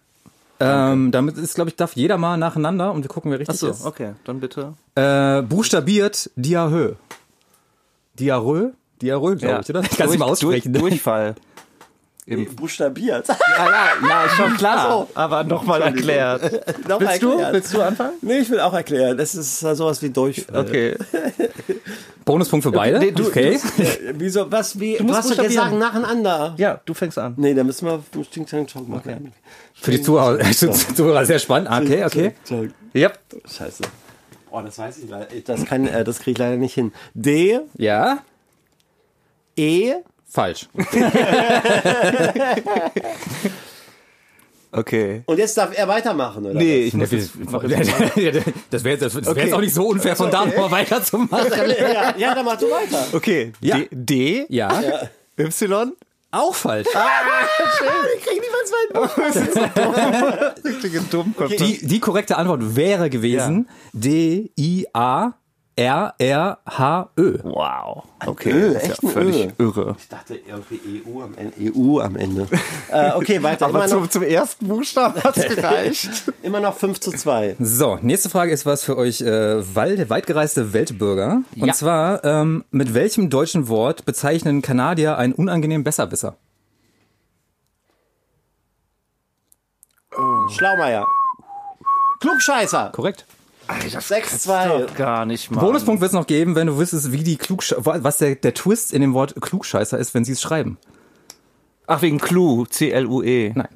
S3: Ähm, damit ist, glaube ich, darf jeder mal nacheinander und wir gucken, wer richtig
S1: Achso,
S3: ist.
S1: okay, dann bitte.
S3: Äh, buchstabiert Diarrhoe. Diarrhoe? Diarrhoe, glaube ich, oder? Kannst du mal ne? aussprechen.
S1: Durch, Durchfall.
S2: Buchstabiert. Also.
S1: Ja, ja, ja, ist schon klar. aber nochmal erklärt.
S2: Willst
S1: du anfangen?
S2: Nee, ich will auch erklären. Das ist so was wie Durchfall.
S1: Okay.
S3: Bonuspunkt für beide.
S1: Nee, du-
S3: okay.
S2: Äh, Wieso, was, wie, du
S1: musst
S2: hast du
S1: buchstabieren.
S2: gesagt, nacheinander.
S1: Ja, du fängst an.
S2: Nee, da müssen wir Sting Tang Chong machen.
S3: für die Zuhörer, Zuhörer sehr spannend. Ah, Okay, okay.
S2: Chong.
S1: Ja.
S2: Scheiße. Oh, das weiß ich leider. Das, kann, äh, das kriege ich leider nicht hin. D,
S3: Ja,
S2: E,
S3: falsch.
S1: Okay.
S2: und jetzt darf er weitermachen, oder?
S1: Nee, ich
S3: Ne, Das
S1: muss
S3: wäre
S1: jetzt.
S3: jetzt, das wär jetzt auch nicht so unfair, von da nochmal weiterzumachen.
S2: was? Ja, ja, dann mach du weiter.
S1: Okay,
S3: Ja.
S1: D, D
S3: Ja,
S1: Y.
S3: auch falsch.
S2: Ich krieg niemals weiter.
S1: Richtige Dummkopf.
S3: Die, die korrekte Antwort wäre gewesen D-I-A-R-R-H-Ö.
S1: Wow. Okay,
S2: Ö,
S1: das ist
S2: echt
S1: ja
S2: ein
S1: völlig
S2: Ö.
S1: Äh, irre.
S2: Ich dachte irgendwie EU am Ende. EU am Ende. äh, okay, weiter. Immer
S1: Aber
S2: noch,
S1: zum, zum ersten Buchstaben hat es gereicht.
S2: immer noch 5 zu 2.
S3: So, nächste Frage ist was für euch äh, Wald, weitgereiste Weltbürger. Und
S1: Ja.
S3: zwar, ähm, mit welchem deutschen Wort bezeichnen Kanadier einen unangenehmen Besserwisser?
S2: Schlaumeier. Klugscheißer.
S3: Korrekt.
S2: 6-2.
S1: Gar nicht mal.
S3: Bonuspunkt wird es noch geben, wenn du wüsstest, wie die Klugsch wa- was der, der Twist in dem Wort Klugscheißer ist, wenn sie es schreiben.
S1: Ach, wegen Clou. C-L-U-E.
S3: Nein.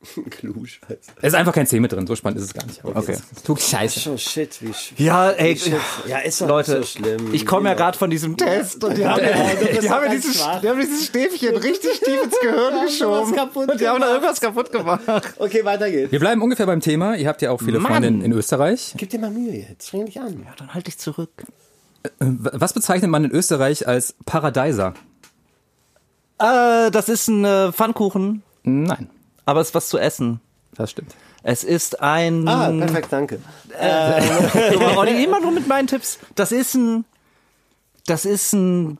S2: Klugscheißer.
S3: Es ist einfach kein C mit drin, so spannend ist es gar nicht. Aber
S1: Okay.
S3: jetzt- Klugscheißer.
S2: Oh shit, wie schwer.
S1: Ja, ey.
S2: Ja, ist doch
S1: Leute,
S2: nicht so schlimm.
S1: ich komme ja gerade von diesem Test und die haben,
S2: du bist
S1: die
S2: doch
S1: haben, mir
S2: ganz
S1: dieses,
S2: schwach.
S1: die haben mir dieses Stäbchen richtig tief ins Gehirn geschoben.
S2: kaputt
S1: Und die haben da irgendwas kaputt gemacht.
S2: Okay, weiter geht's.
S3: Wir bleiben ungefähr beim Thema. Ihr habt ja auch viele
S1: Mann.
S3: Freundinnen in Österreich.
S2: Gib dir mal Mühe jetzt. Streng dich an.
S1: Dann halte ich zurück.
S3: W- Was bezeichnet man in Österreich als Paradeiser?
S1: Äh, das ist ein äh, Pfannkuchen,
S3: Nein,
S1: aber es ist was zu essen.
S3: das stimmt.
S1: Es ist ein.
S2: Ah, perfekt, danke.
S1: Aber Olli, immer nur mit meinen Tipps. Das ist ein. Das ist ein.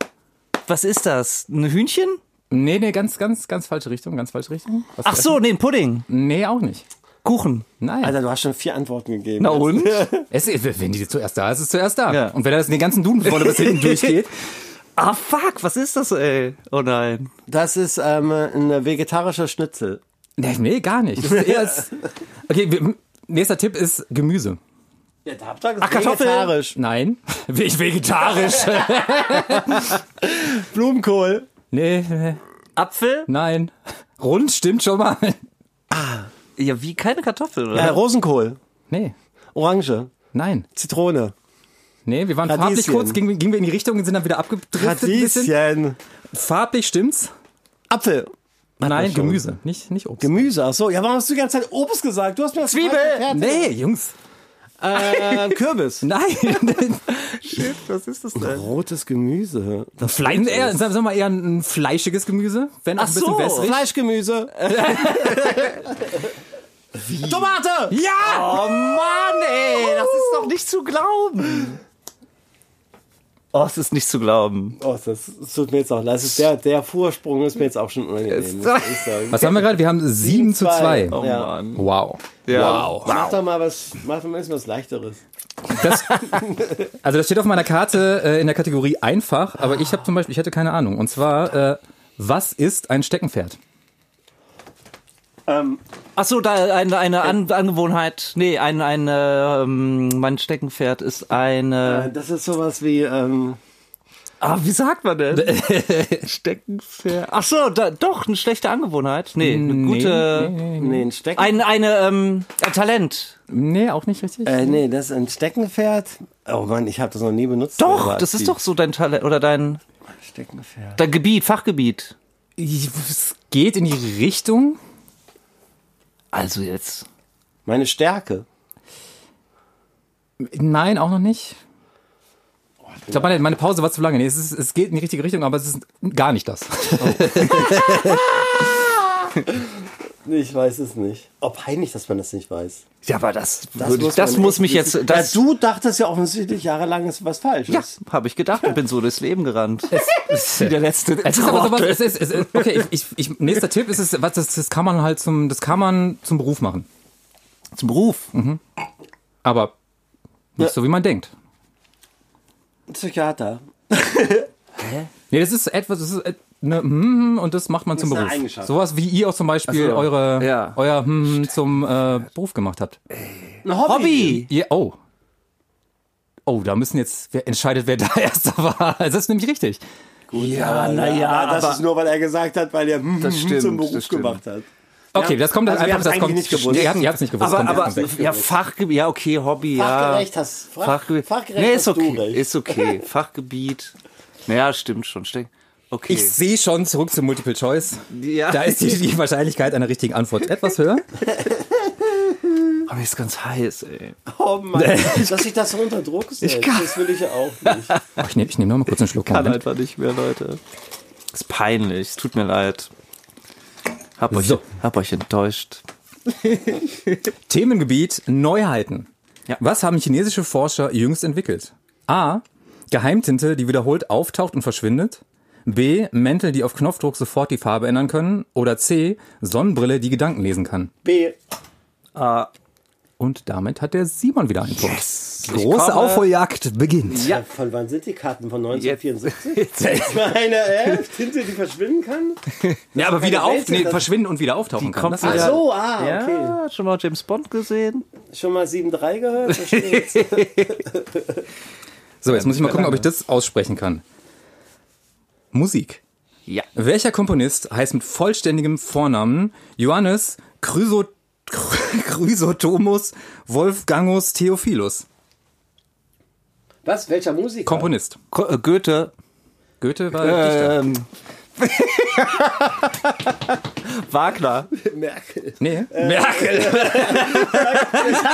S1: Was ist das? Ein Hühnchen?
S3: Nee, nee, ganz, ganz, ganz falsche Richtung, ganz falsche Richtung. Was
S1: Ach so, nee, ein Pudding.
S3: Nee, auch nicht.
S1: Kuchen.
S3: Nein.
S2: Alter, du hast schon vier Antworten gegeben.
S1: Na und?
S3: es, ist- wenn die zuerst da ist, ist es zuerst da.
S1: Ja.
S3: Und wenn er das in den ganzen Duden vorne bis hinten durchgeht.
S1: Ah, fuck, was ist das, ey? Oh nein.
S2: Das ist ähm, ein vegetarischer Schnitzel.
S3: Nee, nee gar nicht. Das ist eher s- okay, wir, nächster Tipp ist Gemüse.
S2: Ja, da habt ihr
S3: Ach, Kartoffeln?
S2: Vegetarisch.
S3: Nein. Ich vegetarisch.
S2: Blumenkohl.
S3: nee, nee,
S1: Apfel?
S3: nein. Rund stimmt schon mal.
S1: Ja, wie keine Kartoffel,
S2: Äh,
S1: oder?
S2: Rosenkohl.
S3: Nee,
S2: Orange.
S3: nein.
S2: Zitrone.
S3: Nee, wir waren farblich
S2: Radieschen.
S3: kurz, gingen, gingen wir in die Richtung und sind dann wieder abgedriftet. ein bisschen.
S2: Radieschen.
S3: Farblich stimmt's.
S2: Apfel.
S3: Nein,
S2: schon.
S3: Gemüse, nicht, nicht Obst.
S2: Gemüse. Ach so. Ja, warum hast du die ganze Zeit Obst gesagt? Du hast mir das
S1: Zwiebel.
S2: Nee.
S3: nee, Jungs.
S2: Äh, Kürbis.
S3: Nein.
S1: Shit, was ist das denn?
S2: Rotes Gemüse. Das
S3: Fleisch, eher, sagen wir mal eher ein fleischiges Gemüse, wenn auch ein
S1: Ach
S3: bisschen
S1: so.
S3: wässrig.
S2: Oh. Fleischgemüse. Tomate.
S3: Ja!
S1: Oh Mann, ey, das ist doch nicht zu glauben. Oh, es ist nicht zu glauben.
S2: Oh, das es tut mir jetzt auch leid. Es ist Der, der Vorsprung ist mir jetzt auch schon unangenehm. muss ich sagen.
S3: Was haben wir gerade? Wir haben 7 zu 2.
S1: Oh
S2: Ja.
S1: Mann.
S3: Wow.
S1: Ja.
S3: Wow.
S2: Mach doch mal was, mach doch mal ein bisschen was Leichteres.
S3: Das, also das steht auf meiner Karte äh, in der Kategorie einfach, aber ich habe zum Beispiel, ich hätte keine Ahnung. Und zwar, äh, was ist ein Steckenpferd?
S1: Ach so, da eine, eine An Angewohnheit. Nee, ein, ein ähm, mein Steckenpferd ist eine.
S2: Äh, Das ist sowas wie, ähm,
S1: Ah, wie sagt man denn? Steckenpferd. Ach so, da, doch eine schlechte Angewohnheit. Nee, eine gute.
S3: Nee, nee,
S2: nee, ein Stecken.
S1: Ein eine ähm, ein Talent.
S3: nee, auch nicht richtig.
S2: äh, nee, das ist ein Steckenpferd. Oh Mann, ich habe das noch nie benutzt.
S1: Doch,
S2: Aber
S1: das
S2: die-
S1: ist doch so dein Talent oder dein
S2: Steckenpferd.
S1: dein Gebiet, Fachgebiet.
S3: Ich- Es geht in die Richtung.
S1: Also jetzt.
S2: Meine Stärke.
S3: Nein, auch noch nicht. Ich glaube, meine, meine Pause war zu lange. Nee, es, ist, es geht in die richtige Richtung, aber es ist gar nicht das.
S2: Nee, Ich weiß es nicht. Oh, peinlich, dass man das nicht weiß.
S1: Ja, aber das das
S2: Würde
S1: muss,
S2: ich- man echt
S1: mich
S2: wissen.
S1: jetzt das
S2: ja, du dachtest ja offensichtlich jahrelang ist was falsch.
S1: ja, habe ich gedacht und bin so durchs Leben gerannt. Wie der letzte.
S3: Es ist aber sowas,
S1: Trottel.
S3: es ist, es ist, okay, ich, ich, ich, nächster Tipp ist es, was, das, das kann man halt zum, das kann man zum Beruf machen.
S1: zum Beruf.
S3: Aber nicht so, wie man denkt.
S2: Psychiater.
S3: Nee, das ist etwas, das ist et- eine hm, hm und das macht man zum
S2: ist eine
S3: Beruf.
S2: Eigenschaft.
S3: Sowas wie ihr auch zum
S1: Ach
S3: Beispiel
S1: so,
S3: eure,
S1: ja.
S3: euer hm, hm zum äh, Beruf gemacht habt.
S2: Ein Hobby.
S1: Hobby.
S3: Ihr, oh. Oh, da müssen jetzt, wer entscheidet, wer da erster war. Das ist nämlich richtig.
S1: Ja,
S2: Ja, Ah, das ist nur, weil er gesagt hat, weil er hm, hm,
S1: stimmt,
S2: zum
S1: das
S2: Beruf
S1: stimmt.
S2: gemacht hat.
S3: Okay, das kommt dann
S2: Also wir
S3: einfach,
S2: haben's
S3: das
S2: eigentlich
S3: kommt.
S2: nicht gewusst.
S3: Nee, ihr habt- ihr habt's nicht gewusst.
S1: Aber,
S3: kommt
S1: aber
S3: erst am
S1: ja, Fachgebiet, ja, okay, Hobby, ja.
S2: Fachgerecht hast- Fach-
S1: Fachgebiet.
S2: fachgerecht
S1: Ah. nee, ist
S2: hast du
S1: okay,
S2: recht.
S1: ist okay. Fachgebiet. Naja, stimmt schon. Steck. Okay.
S3: Ich sehe schon zurück zu Multiple Choice.
S1: Ja.
S3: Da ist die, die Wahrscheinlichkeit einer richtigen Antwort etwas höher.
S1: aber mir ist ganz heiß, ey.
S2: Oh Mann, dass ich das so unter Druck setze, das will ich ja auch nicht.
S3: Oh, ich nehme ich nehm noch mal kurz einen Schluck.
S1: Kann
S3: Moment.
S1: einfach nicht mehr, Leute. Ist peinlich. Es tut mir leid. Hab euch,
S3: So.
S1: hab euch enttäuscht.
S3: halt. Themengebiet Neuheiten.
S1: Ja.
S3: Was haben chinesische Forscher jüngst entwickelt? A. Geheimtinte, die wiederholt auftaucht und verschwindet. B. Mäntel, die auf Knopfdruck sofort die Farbe ändern können. Oder C. Sonnenbrille, die Gedanken lesen kann.
S2: B.
S3: Und damit hat der Simon wieder einen Punkt. Die
S1: Ich
S3: große
S1: komme.
S3: Aufholjagd beginnt.
S2: Ja. Von wann sind die Karten? Von 1974?
S1: Jetzt-
S2: Meine äh, Tinte, die verschwinden kann?
S3: Ja, aber
S2: wieder auf- nee,
S3: verschwinden und wieder auftauchen
S1: kann. Das ist-
S2: Ach
S1: Ja.
S2: so, ah, okay.
S1: Ja, schon mal James Bond gesehen?
S2: Schon mal 7-3 gehört? Verstehe.
S3: So, jetzt muss ich mal gucken, ob ich das aussprechen kann. Musik.
S1: Ja.
S3: Welcher Komponist heißt mit vollständigem Vornamen Johannes Chryso Chrysotomus Wolfgangus Theophilus?
S2: Was? Welcher Musiker?
S3: Komponist.
S1: Ko- äh, Goethe.
S3: Goethe war Dichter.
S1: Ähm. Wagner.
S2: Merkel.
S3: Nee.
S1: äh,
S3: Merkel.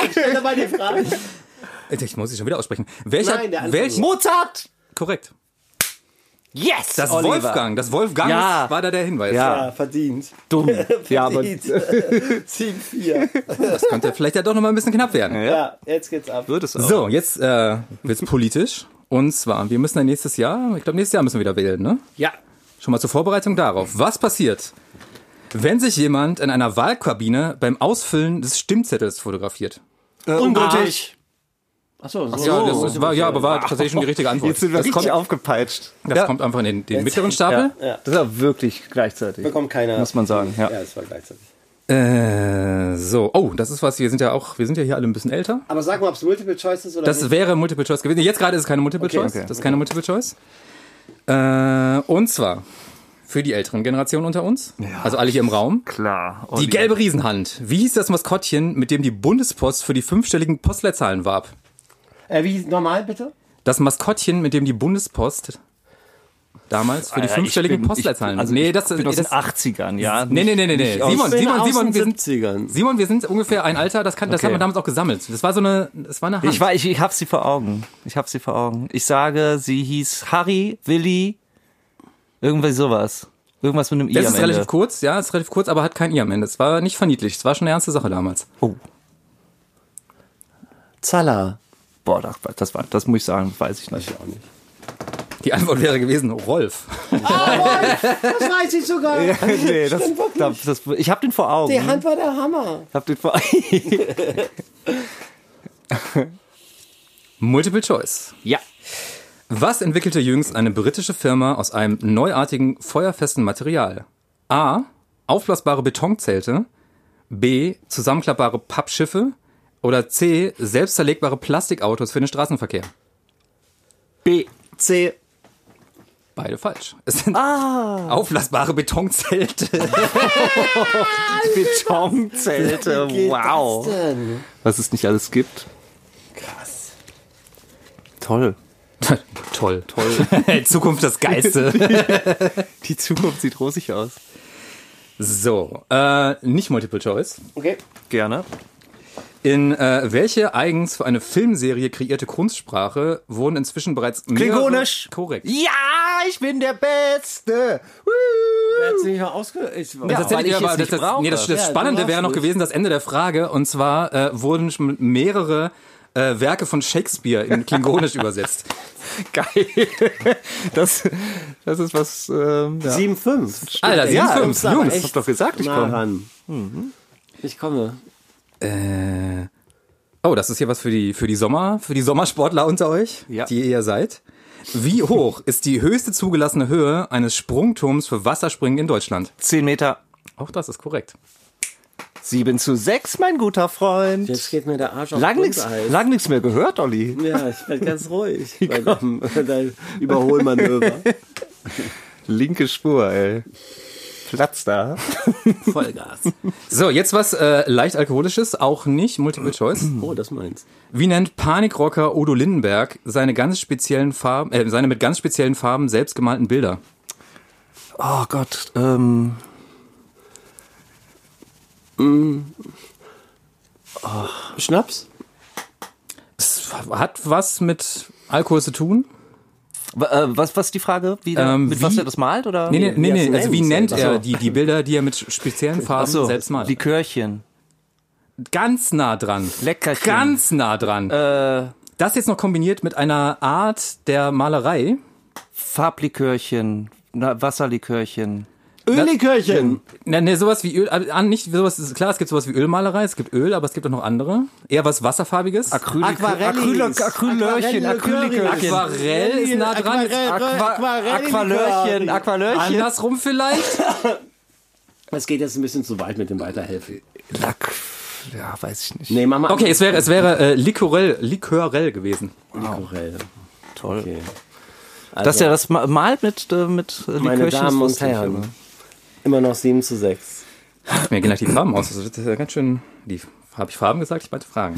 S2: Ich stelle mal die Frage.
S3: Ich muss sie schon wieder aussprechen. Welcher,
S2: Nein, der andere.
S3: welch,
S1: Mozart!
S3: korrekt.
S1: Yes!
S3: Das
S1: Oliver.
S3: Wolfgang, das Wolfgang
S1: Ja.
S3: war da der Hinweis.
S1: Ja.
S2: Ja, verdient.
S1: Dumm. ja, aber.
S2: Verdient. 7-4.
S3: Das könnte vielleicht ja doch noch mal ein bisschen knapp werden.
S2: Ja, jetzt geht's ab.
S1: Wird es auch.
S3: So, jetzt äh, wird's politisch. Und zwar, wir müssen dann nächstes Jahr, ich glaube, nächstes Jahr müssen wir wieder wählen, ne?
S1: Ja.
S3: Schon mal zur Vorbereitung darauf. Was passiert, wenn sich jemand in einer Wahlkabine beim Ausfüllen des Stimmzettels fotografiert?
S1: Äh,
S2: Ungültig.
S1: Achso, so.
S3: Ja, das ist, war, ja, aber war tatsächlich schon die richtige Antwort.
S1: Jetzt sind wir
S3: das
S1: richtig
S3: kommt,
S1: aufgepeitscht.
S3: das
S1: ja.
S3: kommt einfach in den, den mittleren Stapel.
S1: Ja, ja. Das war wirklich gleichzeitig.
S2: Bekommt keiner.
S1: Muss man sagen, ja.
S2: Ja, das war gleichzeitig.
S3: Äh, so, oh, das ist was, wir sind ja auch, wir sind ja hier alle ein bisschen älter.
S2: Aber sag mal, ob es Multiple Choice ist oder
S3: Das wäre Multiple Choice gewesen. Jetzt gerade ist es keine Multiple
S2: Okay.
S3: Choice.
S1: Äh, Okay.
S3: Das ist keine Multiple Choice. Äh, und zwar für die älteren Generationen unter uns, also alle hier im Raum.
S1: Klar.
S3: Die gelbe Riesenhand. Wie hieß das Maskottchen, mit dem die Bundespost für die fünfstelligen Postleitzahlen warb?
S2: Äh, wie normal bitte?
S3: Das Maskottchen, mit dem die Bundespost damals
S1: Äh,
S3: für die fünfstelligen Postleitzahlen.
S1: Also nee, das ist aus den
S3: das,
S1: 80ern, ja.
S3: nee, nee, nee, nee, nee.
S1: aus-
S3: Simon,
S2: Ich bin
S3: Simon,
S2: aus
S3: Simon,
S2: den
S3: wir sind
S2: 70ern.
S3: Simon, wir sind ungefähr ein Alter, das, kann, das
S1: Okay.
S3: hat man damals auch gesammelt. Das war so eine, das war eine Hand.
S1: Ich, war, ich, ich hab sie vor Augen. Ich hab sie vor Augen. Ich sage, sie hieß Harry, Willi, irgendwie sowas. Irgendwas mit einem I
S3: das
S1: am
S3: ist
S1: Ende.
S3: relativ kurz, ja, ist relativ kurz, aber hat kein I am Ende. Es war nicht verniedlicht, es war schon eine ernste Sache damals.
S1: Oh,
S2: Zala.
S1: boah, das, das, war, das muss ich sagen, weiß ich nicht.
S2: auch nicht.
S3: Die Antwort wäre gewesen Rolf.
S2: Oh, Das weiß ich sogar.
S1: nee, das, das, das, ich hab den vor Augen.
S2: Die Hand war der Hammer.
S1: Ich hab den vor
S3: Multiple Choice.
S1: ja.
S3: Was entwickelte jüngst eine britische Firma aus einem neuartigen, feuerfesten Material? A. Aufblasbare Betonzelte. B. Zusammenklappbare Pappschiffe. Oder C. Selbst zerlegbare Plastikautos für den Straßenverkehr.
S1: B, C.
S3: Beide falsch. Es sind
S1: Ah.
S3: aufblasbare Betonzelte.
S1: Betonzelte, wow.
S2: Denn
S1: Was es nicht alles gibt.
S2: krass.
S1: Toll.
S3: toll, toll. Zukunft das Geiste.
S1: Die Zukunft sieht rosig aus.
S3: So, äh, nicht Multiple Choice.
S2: Okay.
S1: Gerne.
S3: In äh, welche eigens für eine Filmserie kreierte Kunstsprache wurden inzwischen bereits mehrere...
S1: Klingonisch.
S3: Korrekt.
S1: Ja, ich bin der Beste.
S2: Wer hat's nicht mal ausge... Ich,
S3: Ja,
S1: weil ich
S3: tatsächlich,
S1: es
S3: aber das,
S1: nicht
S3: das,
S1: brauche.
S3: nee, das, das
S2: Ja, du
S3: Spannende
S2: machst
S3: wäre noch
S2: es.
S3: gewesen, das Ende der Frage. Und zwar äh, wurden schon mehrere äh, Werke von Shakespeare in Klingonisch übersetzt.
S1: Geil. Das, das ist was. Ähm, ja.
S2: 7-5.
S3: Alter,
S2: Ja,
S3: 7,5.
S2: das ist aber
S3: Jungs,
S2: echt
S1: hab doch gesagt, ich
S2: nah
S1: komme.
S2: ran. Mhm. Ich komme.
S3: Äh, oh, das ist hier was für die, für die Sommer, für die Sommersportler unter euch,
S1: Ja.
S3: die ihr ja seid. Wie hoch ist die höchste zugelassene Höhe eines Sprungturms für Wasserspringen in Deutschland?
S1: 10 Meter.
S3: Auch das ist korrekt.
S1: 7 zu 6, mein guter Freund.
S2: Jetzt geht mir der Arsch auf
S1: lang nichts
S2: Grundeis.
S1: lang nix mehr gehört, Olli.
S2: Ja, ich werde ganz ruhig bei deinem, bei deinem Überholmanöver.
S1: Linke Spur, ey. Platz da.
S2: Vollgas.
S3: So, jetzt was äh, leicht alkoholisches, auch nicht Multiple Choice.
S2: Oh, das meins.
S3: Wie nennt Panikrocker Udo Lindenberg seine ganz speziellen Farben, äh, seine mit ganz speziellen Farben selbst gemalten Bilder?
S1: Oh Gott. Ähm.
S2: Schnaps?
S3: Das hat was mit Alkohol zu tun?
S1: w- äh, Was, was ist die Frage? Wie, der-
S3: Ähm,
S1: mit
S3: wie-
S1: was er das malt? Oder?
S3: Nee, nee, nee,
S2: wie er es
S3: nee. also wie nennt
S2: nennt
S3: er
S2: selber.
S3: die, die Bilder, die er mit speziellen Farben
S1: Achso,
S3: selbst malt?
S1: Likörchen.
S3: Ganz nah dran.
S1: Leckerchen.
S3: Ganz nah dran. Das jetzt noch kombiniert mit einer Art der Malerei.
S1: Farblikörchen. Na, Wasserlikörchen.
S2: Öllikörchen!
S3: Ne, ne, sowas wie Öl, ah, nicht sowas, ist klar, es gibt sowas wie Ölmalerei, es gibt Öl, aber es gibt auch noch andere. Eher was wasserfarbiges.
S1: Acrylik
S2: Aquarellis.
S1: Acrylörchen.
S2: Aquarellikörchen.
S1: Acrylikörchen.
S3: Aquarell ist nah dran.
S1: Aqua- Aqualörchen. Aqualörchen.
S3: Andersrum vielleicht?
S2: Es geht jetzt ein bisschen zu weit mit dem Weiterhelfen.
S1: Lack. Ja, weiß ich nicht.
S2: Nee, mach mal.
S3: Okay, es wäre, es wäre äh, Likorell, Likörell gewesen.
S2: Aquarell.
S1: Toll.
S2: Okay. Also-
S1: Dass er das ma- malt mit, äh, mit äh,
S2: Meine
S1: Likörchen,
S2: Damen und
S1: wusste ich, aber-
S2: Herren. Immer noch 7 zu 6.
S3: Mir gehen gleich die Farben aus. Das ist ja ganz schön. Die habe ich Farben gesagt, ich meinte Fragen.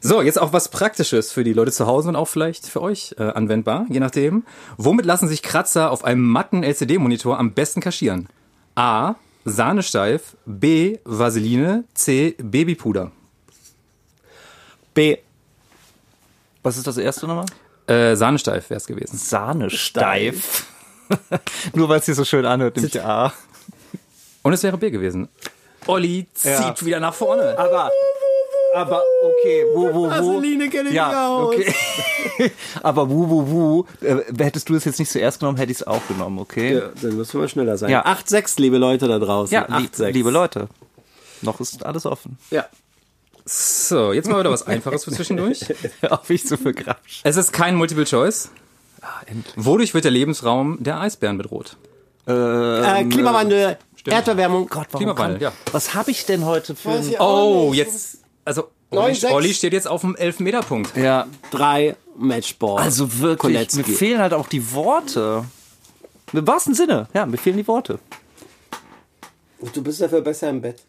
S3: So, jetzt auch was Praktisches für die Leute zu Hause und auch vielleicht für euch äh, anwendbar, je nachdem. Womit lassen sich Kratzer auf einem matten LCD-Monitor am besten kaschieren? A. Sahnesteif, B. Vaseline, C. Babypuder.
S2: B.
S1: Was ist das erste nochmal?
S3: Äh, Sahnesteif wäre es gewesen.
S1: Sahne steif. Nur weil es sich so schön anhört, nimmt der A.
S3: Und es wäre B gewesen. Olli zieht
S1: Ja.
S3: wieder nach vorne.
S1: Aber, aber okay, wo, wo, wo.
S2: Vaseline kenne ich
S1: ja,
S2: aus.
S1: okay. aber wu, wu, wu. Äh, hättest du es jetzt nicht zuerst genommen, hätte ich es auch genommen, okay?
S2: Ja, dann müssen wir schneller sein.
S1: Ja.
S2: 8-6, liebe Leute da draußen.
S1: Ja, lieb,
S2: 8-6.
S1: liebe Leute. Noch ist alles offen.
S2: Ja.
S3: So, jetzt mal wieder was Einfaches für zwischendurch.
S1: Auf ich zu viel Grabsch.
S3: Es ist kein Multiple Choice. Wodurch wird der Lebensraum der Eisbären bedroht?
S2: Äh, Klimawandel, Erderwärmung. Gott, warum
S3: Klimawandel, ja.
S1: Was habe ich denn heute für
S2: Weiß ich auch
S3: Oh,
S2: nicht.
S3: jetzt. Also,
S2: Neun,
S3: Olli,
S2: sechs.
S3: Olli steht jetzt auf dem 11-Meter-Punkt.
S1: Ja,
S2: Drei Matchball.
S1: also wirklich,
S2: Kolecki.
S1: mir fehlen halt auch die Worte. Im wahrsten Sinne, ja, mir fehlen die Worte.
S2: Du bist dafür besser im Bett.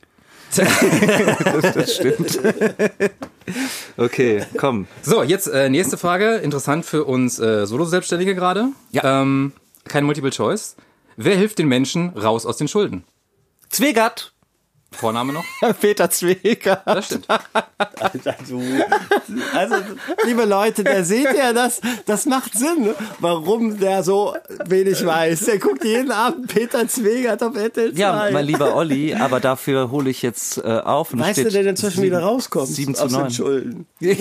S1: Okay, komm.
S3: So, jetzt äh, nächste Frage. Interessant für uns äh, Solo-Selbstständige gerade.
S1: Ja.
S3: Ähm, kein Multiple Choice. Wer hilft den Menschen raus aus den Schulden?
S1: Zwegert.
S3: Vorname noch?
S1: Peter Zwegert.
S3: Das stimmt.
S1: Also,
S2: Liebe Leute, da seht ihr das. Das macht Sinn, ne? warum der so wenig weiß. Der guckt jeden Abend Peter Zwegert auf RTL 2.
S1: ja, mein lieber Olli, aber dafür hole ich jetzt äh, auf. Und es
S2: Weißt du,
S1: steht
S2: der inzwischen wieder rauskommt?
S1: sieben zu
S2: aus den
S1: neun.
S2: Schulden.
S1: nee,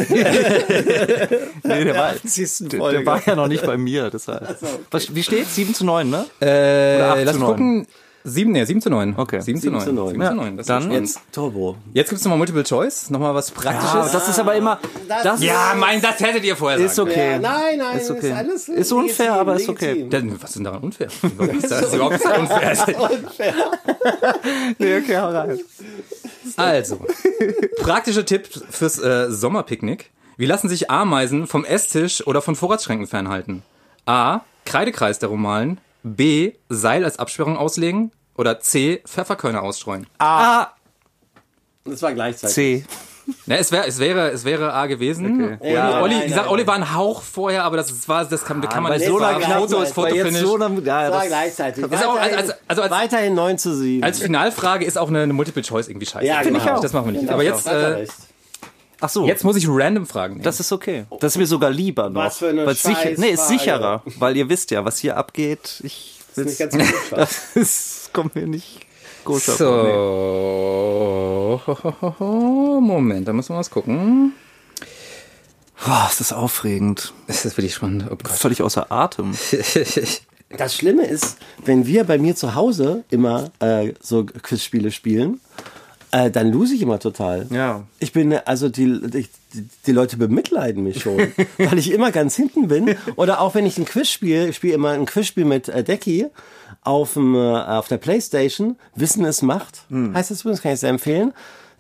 S1: der, war,
S2: einzigsten
S1: der,
S2: Folge.
S1: der war ja noch nicht bei mir. Deshalb. Was, wie steht's? 7 zu 9, ne? Oder acht
S3: Äh,
S1: zu
S3: lass
S1: neun.
S3: gucken. Sieben, nee, sieben zu neun.
S1: Okay.
S3: Sieben zu neun.
S2: zu neun.
S3: Sieben
S1: Ja.
S3: zu neun. Das ist
S1: Dann
S3: spannend.
S1: jetzt-
S2: Turbo.
S3: Jetzt gibt's nochmal Multiple Choice. Nochmal was
S1: Ah,
S3: Praktisches.
S1: das ist aber immer. Das
S3: ja, mein, das hättet ihr vorher
S1: ist
S3: sagen
S1: okay.
S2: nein, nein,
S1: Ist okay. Ist unfair, aber ist okay.
S3: können. Dann, was ist denn daran unfair? Warum ist das überhaupt nicht unfair?
S1: Nee, okay, hau rein.
S3: Also, praktischer Tipp fürs äh, Sommerpicknick. Wie lassen sich Ameisen vom Esstisch oder von Vorratsschränken fernhalten? A. Kreidekreis darum malen. B. Seil als Absperrung auslegen. Oder C. Pfefferkörner ausstreuen.
S1: Ah. A,
S2: Das war gleichzeitig.
S1: C.
S3: Na, es, wär, es, wäre, es wäre A gewesen. Olli,
S2: Ja,
S3: Olli,
S2: nein,
S3: ich sag,
S2: nein,
S3: Olli war ein Hauch vorher, aber das, ist, war, das kann, kann man
S1: Ah, bei
S3: nicht
S1: so
S3: sagen.
S1: einer
S3: Foto
S2: Knappheit,
S3: ist
S1: Bei jetzt
S3: Fotofinish.
S1: so einer, ja,
S2: Das war
S1: das,
S2: gleichzeitig.
S3: Ist auch- also- also- also als-
S2: weiterhin 9 zu 7.
S3: Als Finalfrage ist auch eine, eine Multiple Choice irgendwie scheiße.
S2: Ja, genau. Finde ich
S1: auch.
S3: Das machen wir nicht. Aber jetzt, äh,
S1: ach so,
S3: jetzt muss ich random Fragen. Nehmen.
S1: das ist okay. Das ist mir sogar lieber noch.
S2: Was für eine
S1: Weil es sicher,
S2: Scheißfrage.
S1: Nee, ist sicherer, weil ihr wisst ja, was hier abgeht. Ich,
S2: Nicht ganz genau. gut
S1: das ist, kommt mir nicht gut davon, nee.
S3: so. Moment, da müssen wir was gucken.
S1: Boah, ist das aufregend.
S3: Das ist wirklich spannend. Oh Gott.
S1: Völlig außer Atem.
S2: Das Schlimme ist, wenn wir bei mir zu Hause immer äh, so Quizspiele spielen, äh, dann lose ich immer total.
S1: Ja.
S2: Ich bin, äh, also die, die, die Leute bemitleiden mich schon, weil ich immer ganz hinten bin. Oder auch wenn ich ein Quiz spiele, ich spiele immer ein Quizspiel mit äh, Decky auf, dem, äh, auf der Playstation. Wissen es Macht,
S1: Hm.
S2: heißt das übrigens, kann ich sehr empfehlen.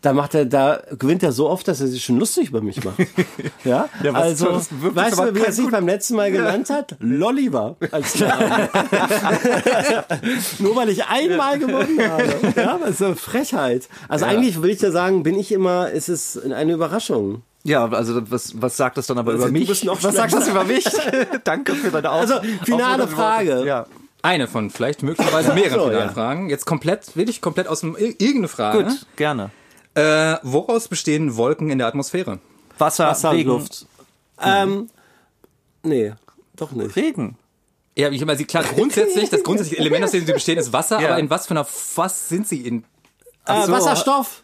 S2: Da macht er, da gewinnt er so oft, dass er sich schon lustig über mich macht. Ja,
S1: Ja, was
S2: also,
S1: soll das wirklich,
S2: weißt
S1: aber
S2: du, wie er
S1: kein
S2: sich
S1: gut-
S2: beim letzten Mal genannt hat? Lolliver als Name. Nur weil ich einmal gewonnen habe. Ja, das ist eine Frechheit. Also eigentlich würde ich ja sagen, bin ich immer, ist es eine Überraschung.
S1: Ja, also was, was sagt das dann aber über
S2: du
S1: mich?
S2: bist noch
S1: was sagt das
S2: schlechter.
S1: über mich? Also, Danke für deine Aus
S2: Also, finale
S1: Aufmunternden
S2: Frage.
S1: Worte. Ja.
S3: Eine von vielleicht möglicherweise mehreren
S2: So, ja.
S3: Finalfragen. Jetzt komplett, wirklich komplett aus dem ir- irgendeine Frage.
S1: Gut, gerne.
S3: Äh, woraus bestehen Wolken in der Atmosphäre?
S1: Wasser,
S2: Wasser und
S1: Regen.
S2: Luft. Ähm, nee, doch nicht.
S1: Regen.
S3: Ja, ich meine, sie klar, grundsätzlich, das grundsätzliche Element, aus dem sie bestehen, ist Wasser,
S1: Ja.
S3: aber in was für einer Fass sind sie in?
S2: Äh,
S1: so.
S2: Wasserstoff.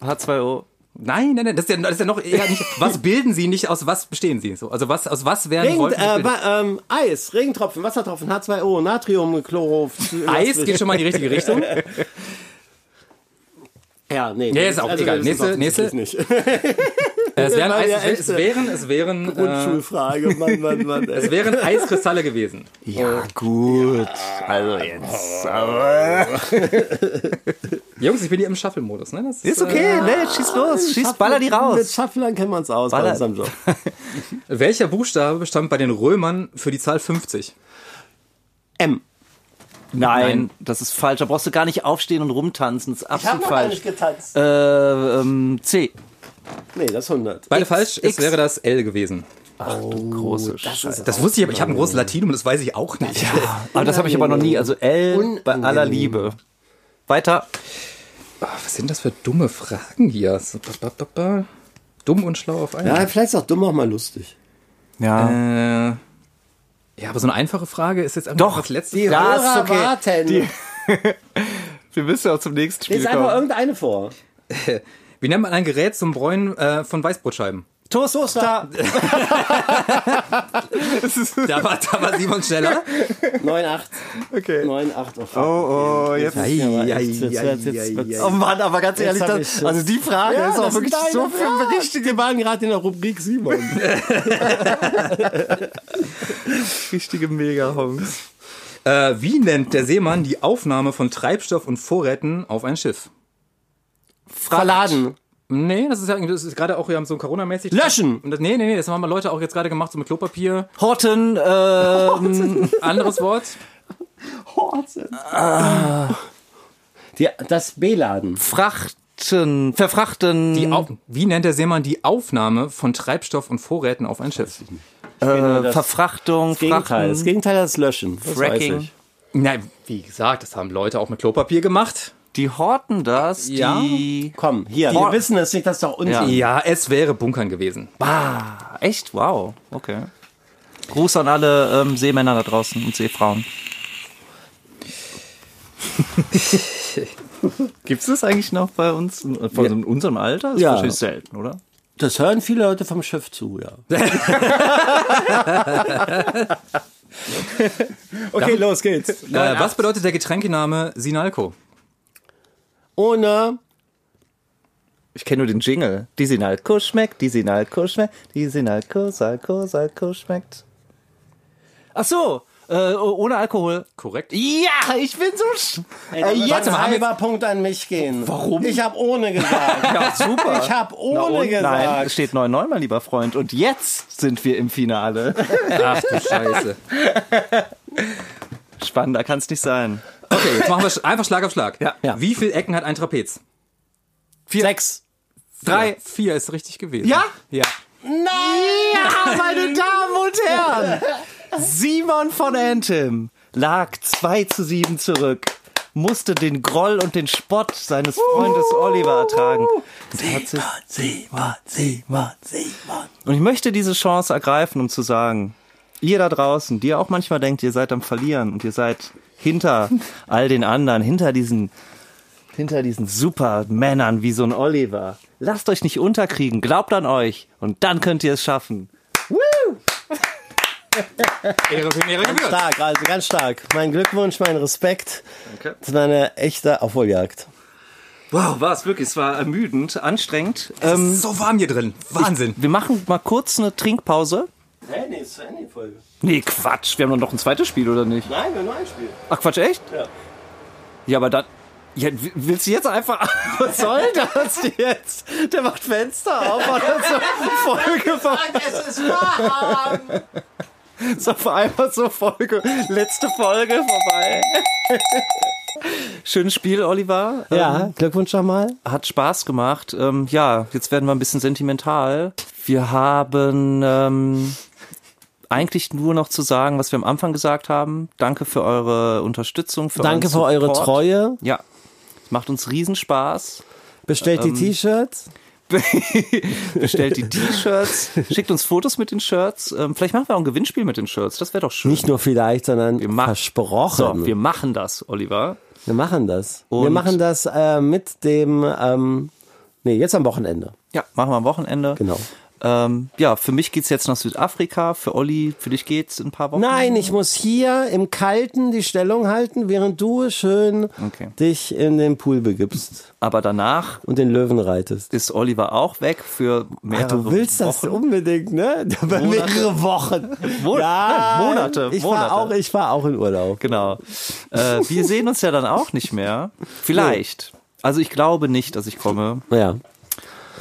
S1: H2O.
S3: Nein, nein, nein, das ist ja, das ist ja noch eher nicht. Was bilden sie nicht? Aus was bestehen sie? So, also was, aus was werden
S2: Regen,
S3: Wolken?
S2: äh,
S3: gebildet?
S2: wa- ähm, Eis, Regentropfen, Wassertropfen, H2O, Natrium, Chloro.
S3: Eis geht schon mal in die richtige Richtung.
S2: Ja, nee.
S3: Ja, ist auch
S1: Also,
S3: egal.
S2: wir wissen
S3: Nächste,
S2: es offensichtlich Nicht.
S3: Es wären,
S2: war
S3: Eis,
S2: ja
S3: es wär- es
S2: echte
S3: wären, es wären, äh,
S2: Grundschulfrage, Mann, Mann, Mann. ey.
S3: es wären Eiskristalle gewesen.
S1: Ja, gut. Also jetzt.
S3: Jungs, ich bin hier im Shuffle-Modus, ne? Das
S1: Ist okay, ne? Schieß los. Schieß, baller die
S2: Mit
S1: raus.
S2: Schafflern kennen wir uns aus
S1: Baller-
S2: bei unserem Job.
S3: Äh, welcher Buchstabe stammt bei den Römern für die Zahl 50?
S2: M.
S1: Nein, das ist falsch. Da brauchst du gar nicht aufstehen und rumtanzen. Das ist absolut falsch.
S2: getanzt.
S1: Äh, ähm, C.
S2: Nee, das ist 100.
S3: Beide
S1: X,
S3: falsch,
S1: X.
S3: es wäre das L gewesen.
S1: Große Scheiße.
S3: Das wusste ich, aber ich habe ein großes Latinum, das weiß ich auch nicht.
S1: Aber das habe ich aber noch nie. Also L bei aller Liebe. Weiter.
S3: Ah, was sind das für dumme Fragen hier? So, ba, ba, ba, ba. Dumm und schlau auf einmal.
S2: Ja, vielleicht ist auch dumm auch mal lustig.
S1: Ja.
S3: Äh, ja, aber so eine einfache Frage ist jetzt einfach
S1: Doch.
S3: das letzte.
S1: Ja. Ah, ist
S2: Hörer
S1: okay.
S2: warten.
S1: Wir müssen ja auch zum nächsten
S2: Lest einfach irgendeine vor.
S3: Wie nennt man ein Gerät zum Bräunen äh, von Weißbrotscheiben?
S1: Toaster.
S3: Da war, da war Simon schneller.
S2: 9, 8.
S1: Okay.
S2: 9, 8 auf
S1: Oh, oh, jetzt.
S2: Ei, ei, ei, ei, ei.
S1: Oh Mann, aber ganz ehrlich,
S2: hab
S1: das,
S2: ich-
S1: also die Frage ist auch wirklich so für
S2: für berichtet. Wir waren gerade in der Rubrik Simon.
S1: richtige Mega-Honks.
S3: Äh, wie nennt der Seemann die Aufnahme von Treibstoff und Vorräten auf ein Schiff?
S2: Verladen.
S3: Nee, das ist, ja- das ist gerade auch, wir haben so ein Corona-mäßig.
S2: Löschen!
S3: Und das, nee, nee, nee, das haben mal Leute auch jetzt gerade gemacht, so mit Klopapier.
S1: Horten, ähm,
S3: Anderes Wort.
S2: Die, das B-Laden.
S1: Frachten, Verfrachten.
S3: Die Au- wie nennt der Seemann die Aufnahme von Treibstoff und Vorräten auf ein Schiff?
S1: äh, Verfrachtung,
S2: Gegenteil. Das
S1: Frachten.
S2: Gegenteil ist Löschen. Das
S1: Fracking.
S2: Weiß ich.
S3: Nein, wie gesagt, das haben Leute auch mit Klopapier gemacht.
S1: Die horten das,
S3: Ja.
S1: die...
S2: Komm, hier. Wir wissen es nicht, das ist doch unten.
S3: Ja, es wäre Bunkern gewesen.
S1: Bah, echt? Wow, okay. Gruß an alle ähm, Seemänner da draußen und Seefrauen. Gibt es das eigentlich noch bei uns, in, von so in unserem Alter? Das
S2: Ja.
S1: wahrscheinlich selten, oder?
S2: Das hören viele Leute vom Schiff zu, ja. okay, los geht's.
S3: Äh, was bedeutet der Getränkename Sinalco?
S2: Ohne
S1: Ich kenne nur den Jingle. Die Sinalco schmeckt, die Sinalco schmeckt, die halt Sinalco, Salco, Salco halt schmeckt. Ach so, äh, ohne Alkohol.
S3: Korrekt.
S1: Ja, ich bin so... Sch äh,
S2: jetzt
S1: jetzt
S2: ein
S1: haben wir...
S2: halber Punkt an mich gehen.
S1: Warum?
S2: Ich habe ohne gesagt.
S1: Ja, super.
S2: Ich habe
S1: Na
S2: ohne
S1: und? Nein, es steht
S2: gesagt.
S1: 9-9, mein lieber Freund. Und jetzt sind wir im Finale.
S3: Ach du Scheiße.
S1: Spannender kann es nicht sein.
S3: Okay, jetzt machen wir sch- einfach Schlag auf Schlag.
S1: Ja. Ja.
S3: Wie viele Ecken hat ein Trapez?
S2: Sechs.
S3: Drei, vier ist richtig gewesen.
S1: Ja?
S3: Ja.
S1: Ja, meine Damen und Herren! Simon von Anthem lag 2 zu 7 zurück, musste den Groll und den Spott seines Freundes Oliver ertragen. Simon, Simon, Uh. Simon, Simon, Simon. Und ich möchte diese Chance ergreifen, um zu sagen, ihr da draußen, die ihr auch manchmal denkt, ihr seid am Verlieren und ihr seid hinter all den anderen, hinter diesen hinter diesen Supermännern wie so ein Oliver. Lasst euch nicht unterkriegen, glaubt an euch und dann könnt ihr es schaffen.
S3: Ehre für Ehre gebührt.
S2: Stark, also ganz stark. Mein Glückwunsch, mein Respekt. Das war eine echte Aufholjagd.
S1: Wow, war es wirklich, es war ermüdend, anstrengend. Ähm,
S3: So warm hier drin. Wahnsinn.
S1: wir machen mal kurz eine Trinkpause.
S2: Hey, nee, ist zu Ende die Folge.
S1: Nee, Quatsch, wir haben doch noch ein zweites Spiel, oder nicht?
S2: Nein, wir haben nur ein Spiel.
S1: Ach Quatsch, echt?
S2: Ja.
S1: Ja, aber dann. Ja, w- willst du jetzt einfach. Was soll das jetzt? Der macht Fenster auf und hat so Folge ver-
S2: Es ist wahr.
S1: Ist auf einmal so Folge, letzte Folge vorbei. Schönes Spiel, Oliver.
S2: Ja, Glückwunsch nochmal.
S1: Ähm, hat Spaß gemacht. Ähm, ja, jetzt werden wir ein bisschen sentimental. Wir haben ähm, eigentlich nur noch zu sagen, was wir am Anfang gesagt haben. Danke für eure Unterstützung. Für
S2: Danke
S1: euren
S2: für eure
S1: Support.
S2: Treue.
S1: Ja, es macht uns Riesenspaß.
S2: Bestellt
S1: Ähm,
S2: die T-Shirts.
S1: Bestellt die T-Shirts, schickt uns Fotos mit den Shirts. Ähm, vielleicht machen wir auch ein Gewinnspiel mit den Shirts. Das wäre doch schön.
S2: Nicht nur vielleicht, sondern
S1: machen-
S2: versprochen.
S1: so, wir machen das, Oliver.
S2: wir machen das. wir
S1: Und-
S2: machen das äh, mit dem, ähm, nee, jetzt am Wochenende.
S1: Ja, machen wir am Wochenende.
S2: Genau.
S1: Ähm, ja, für mich geht's jetzt nach Südafrika, für Olli, für dich geht's in ein paar Wochen.
S2: Nein, ich muss hier im Kalten die Stellung halten, während du schön
S1: Okay.
S2: dich in den Pool begibst
S1: Aber danach
S2: und den Löwen reitest.
S1: ist Oliver auch weg für mehrere
S2: Ach, du willst das
S1: Wochen.
S2: unbedingt, ne? Über mehrere Wochen.
S1: Mon-
S2: Ja,
S1: Nein, Monate,
S2: Ich
S1: Monate.
S2: war auch, ich war auch in Urlaub.
S1: Genau. Äh, wir sehen uns ja dann auch nicht mehr. Vielleicht. Also ich glaube nicht, dass ich komme.
S2: Ja,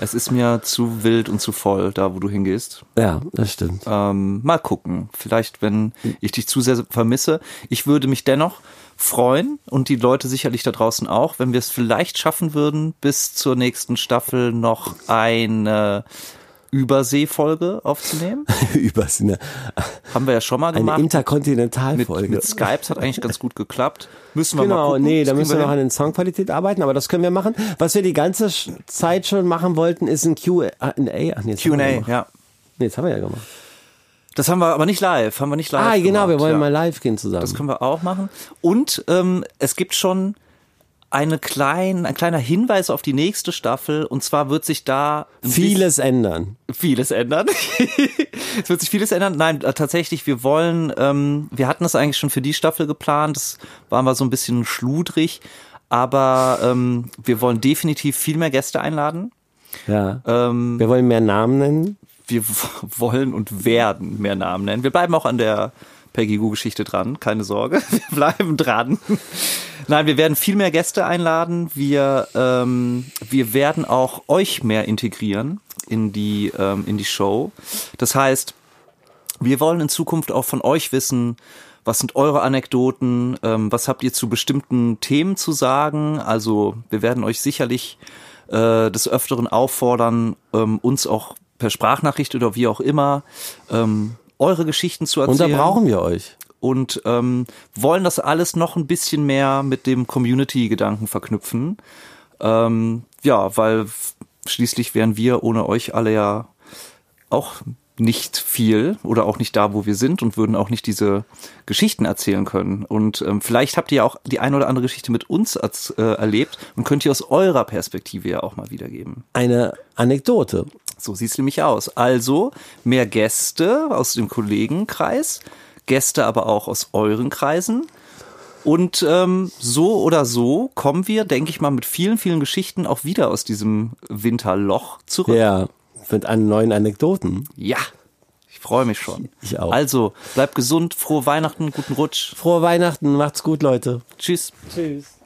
S1: Es ist mir zu wild und zu voll, da wo du hingehst.
S2: ja, das stimmt.
S1: Ähm, mal gucken. Vielleicht, wenn ich dich zu sehr vermisse. Ich würde mich dennoch freuen und die Leute sicherlich da draußen auch, wenn wir es vielleicht schaffen würden, bis zur nächsten Staffel noch eine Überseefolge aufzunehmen.
S2: Übers eine,
S1: Haben wir ja schon mal
S2: eine
S1: gemacht. mit,
S2: Interkontinentalfolge.
S1: mit Skype es hat eigentlich ganz gut geklappt. Müssen wir mal
S2: Genau,
S1: gucken.
S2: nee, da
S1: Das
S2: müssen wir noch
S1: kriegen
S2: an den Soundqualität arbeiten, aber das können wir machen. Was wir die ganze Sch- Zeit schon machen wollten, ist ein Q&A. Ach, nee, jetzt haben wir
S1: hin.
S2: gemacht.
S1: Q&A, ja.
S2: Nee, das haben wir ja gemacht.
S1: Das haben wir aber nicht live. Haben wir nicht live
S2: Ah, genau,
S1: gemacht,
S2: wir wollen
S1: ja.
S2: mal live gehen zusammen.
S1: Das können wir auch machen. Und ähm, es gibt schon eine klein, ein kleiner Hinweis auf die nächste Staffel. Und zwar wird sich da ein
S2: Vieles ändern.
S1: vieles ändern. es wird sich vieles ändern. Nein, äh, tatsächlich, wir wollen, ähm, wir hatten das eigentlich schon für die Staffel geplant. Das waren wir so ein bisschen schludrig. Aber ähm, wir wollen definitiv viel mehr Gäste einladen.
S2: Ja.
S1: Ähm,
S2: Wir wollen mehr Namen nennen.
S1: wir w- wollen und werden mehr Namen nennen. Wir bleiben auch an der Peggy Goo Geschichte dran, keine Sorge. Wir bleiben dran. Nein, wir werden viel mehr Gäste einladen. Wir, ähm, wir werden auch euch mehr integrieren in die, ähm, in die Show. Das heißt, wir wollen in Zukunft auch von euch wissen, was sind eure Anekdoten, ähm, was habt ihr zu bestimmten Themen zu sagen. Also wir werden euch sicherlich äh, des Öfteren auffordern, ähm, uns auch per Sprachnachricht oder wie auch immer ähm, eure Geschichten zu
S2: Und
S1: erzählen.
S2: da brauchen wir euch.
S1: und ähm, wollen das alles noch ein bisschen mehr mit dem Community-Gedanken verknüpfen. Ähm, ja, weil f- schließlich wären wir ohne euch alle ja auch nicht viel oder auch nicht da, wo wir sind und würden auch nicht diese Geschichten erzählen können. Und ähm, vielleicht habt ihr ja auch die eine oder andere Geschichte mit uns erz- äh, erlebt und könnt ihr aus eurer Perspektive ja auch mal wiedergeben.
S2: Eine Anekdote.
S1: So sieht's nämlich aus. Also mehr Gäste aus dem Kollegenkreis, Gäste aber auch aus euren Kreisen. Und ähm, so oder so kommen wir, denke ich mal, mit vielen, vielen Geschichten auch wieder aus diesem Winterloch zurück.
S2: Ja. Mit an neuen Anekdoten.
S1: Ja, ich freue mich schon.
S2: Ich auch.
S1: Also, bleibt gesund, frohe Weihnachten, guten Rutsch.
S2: Frohe Weihnachten. Macht's gut, Leute.
S1: Tschüss.
S2: Tschüss.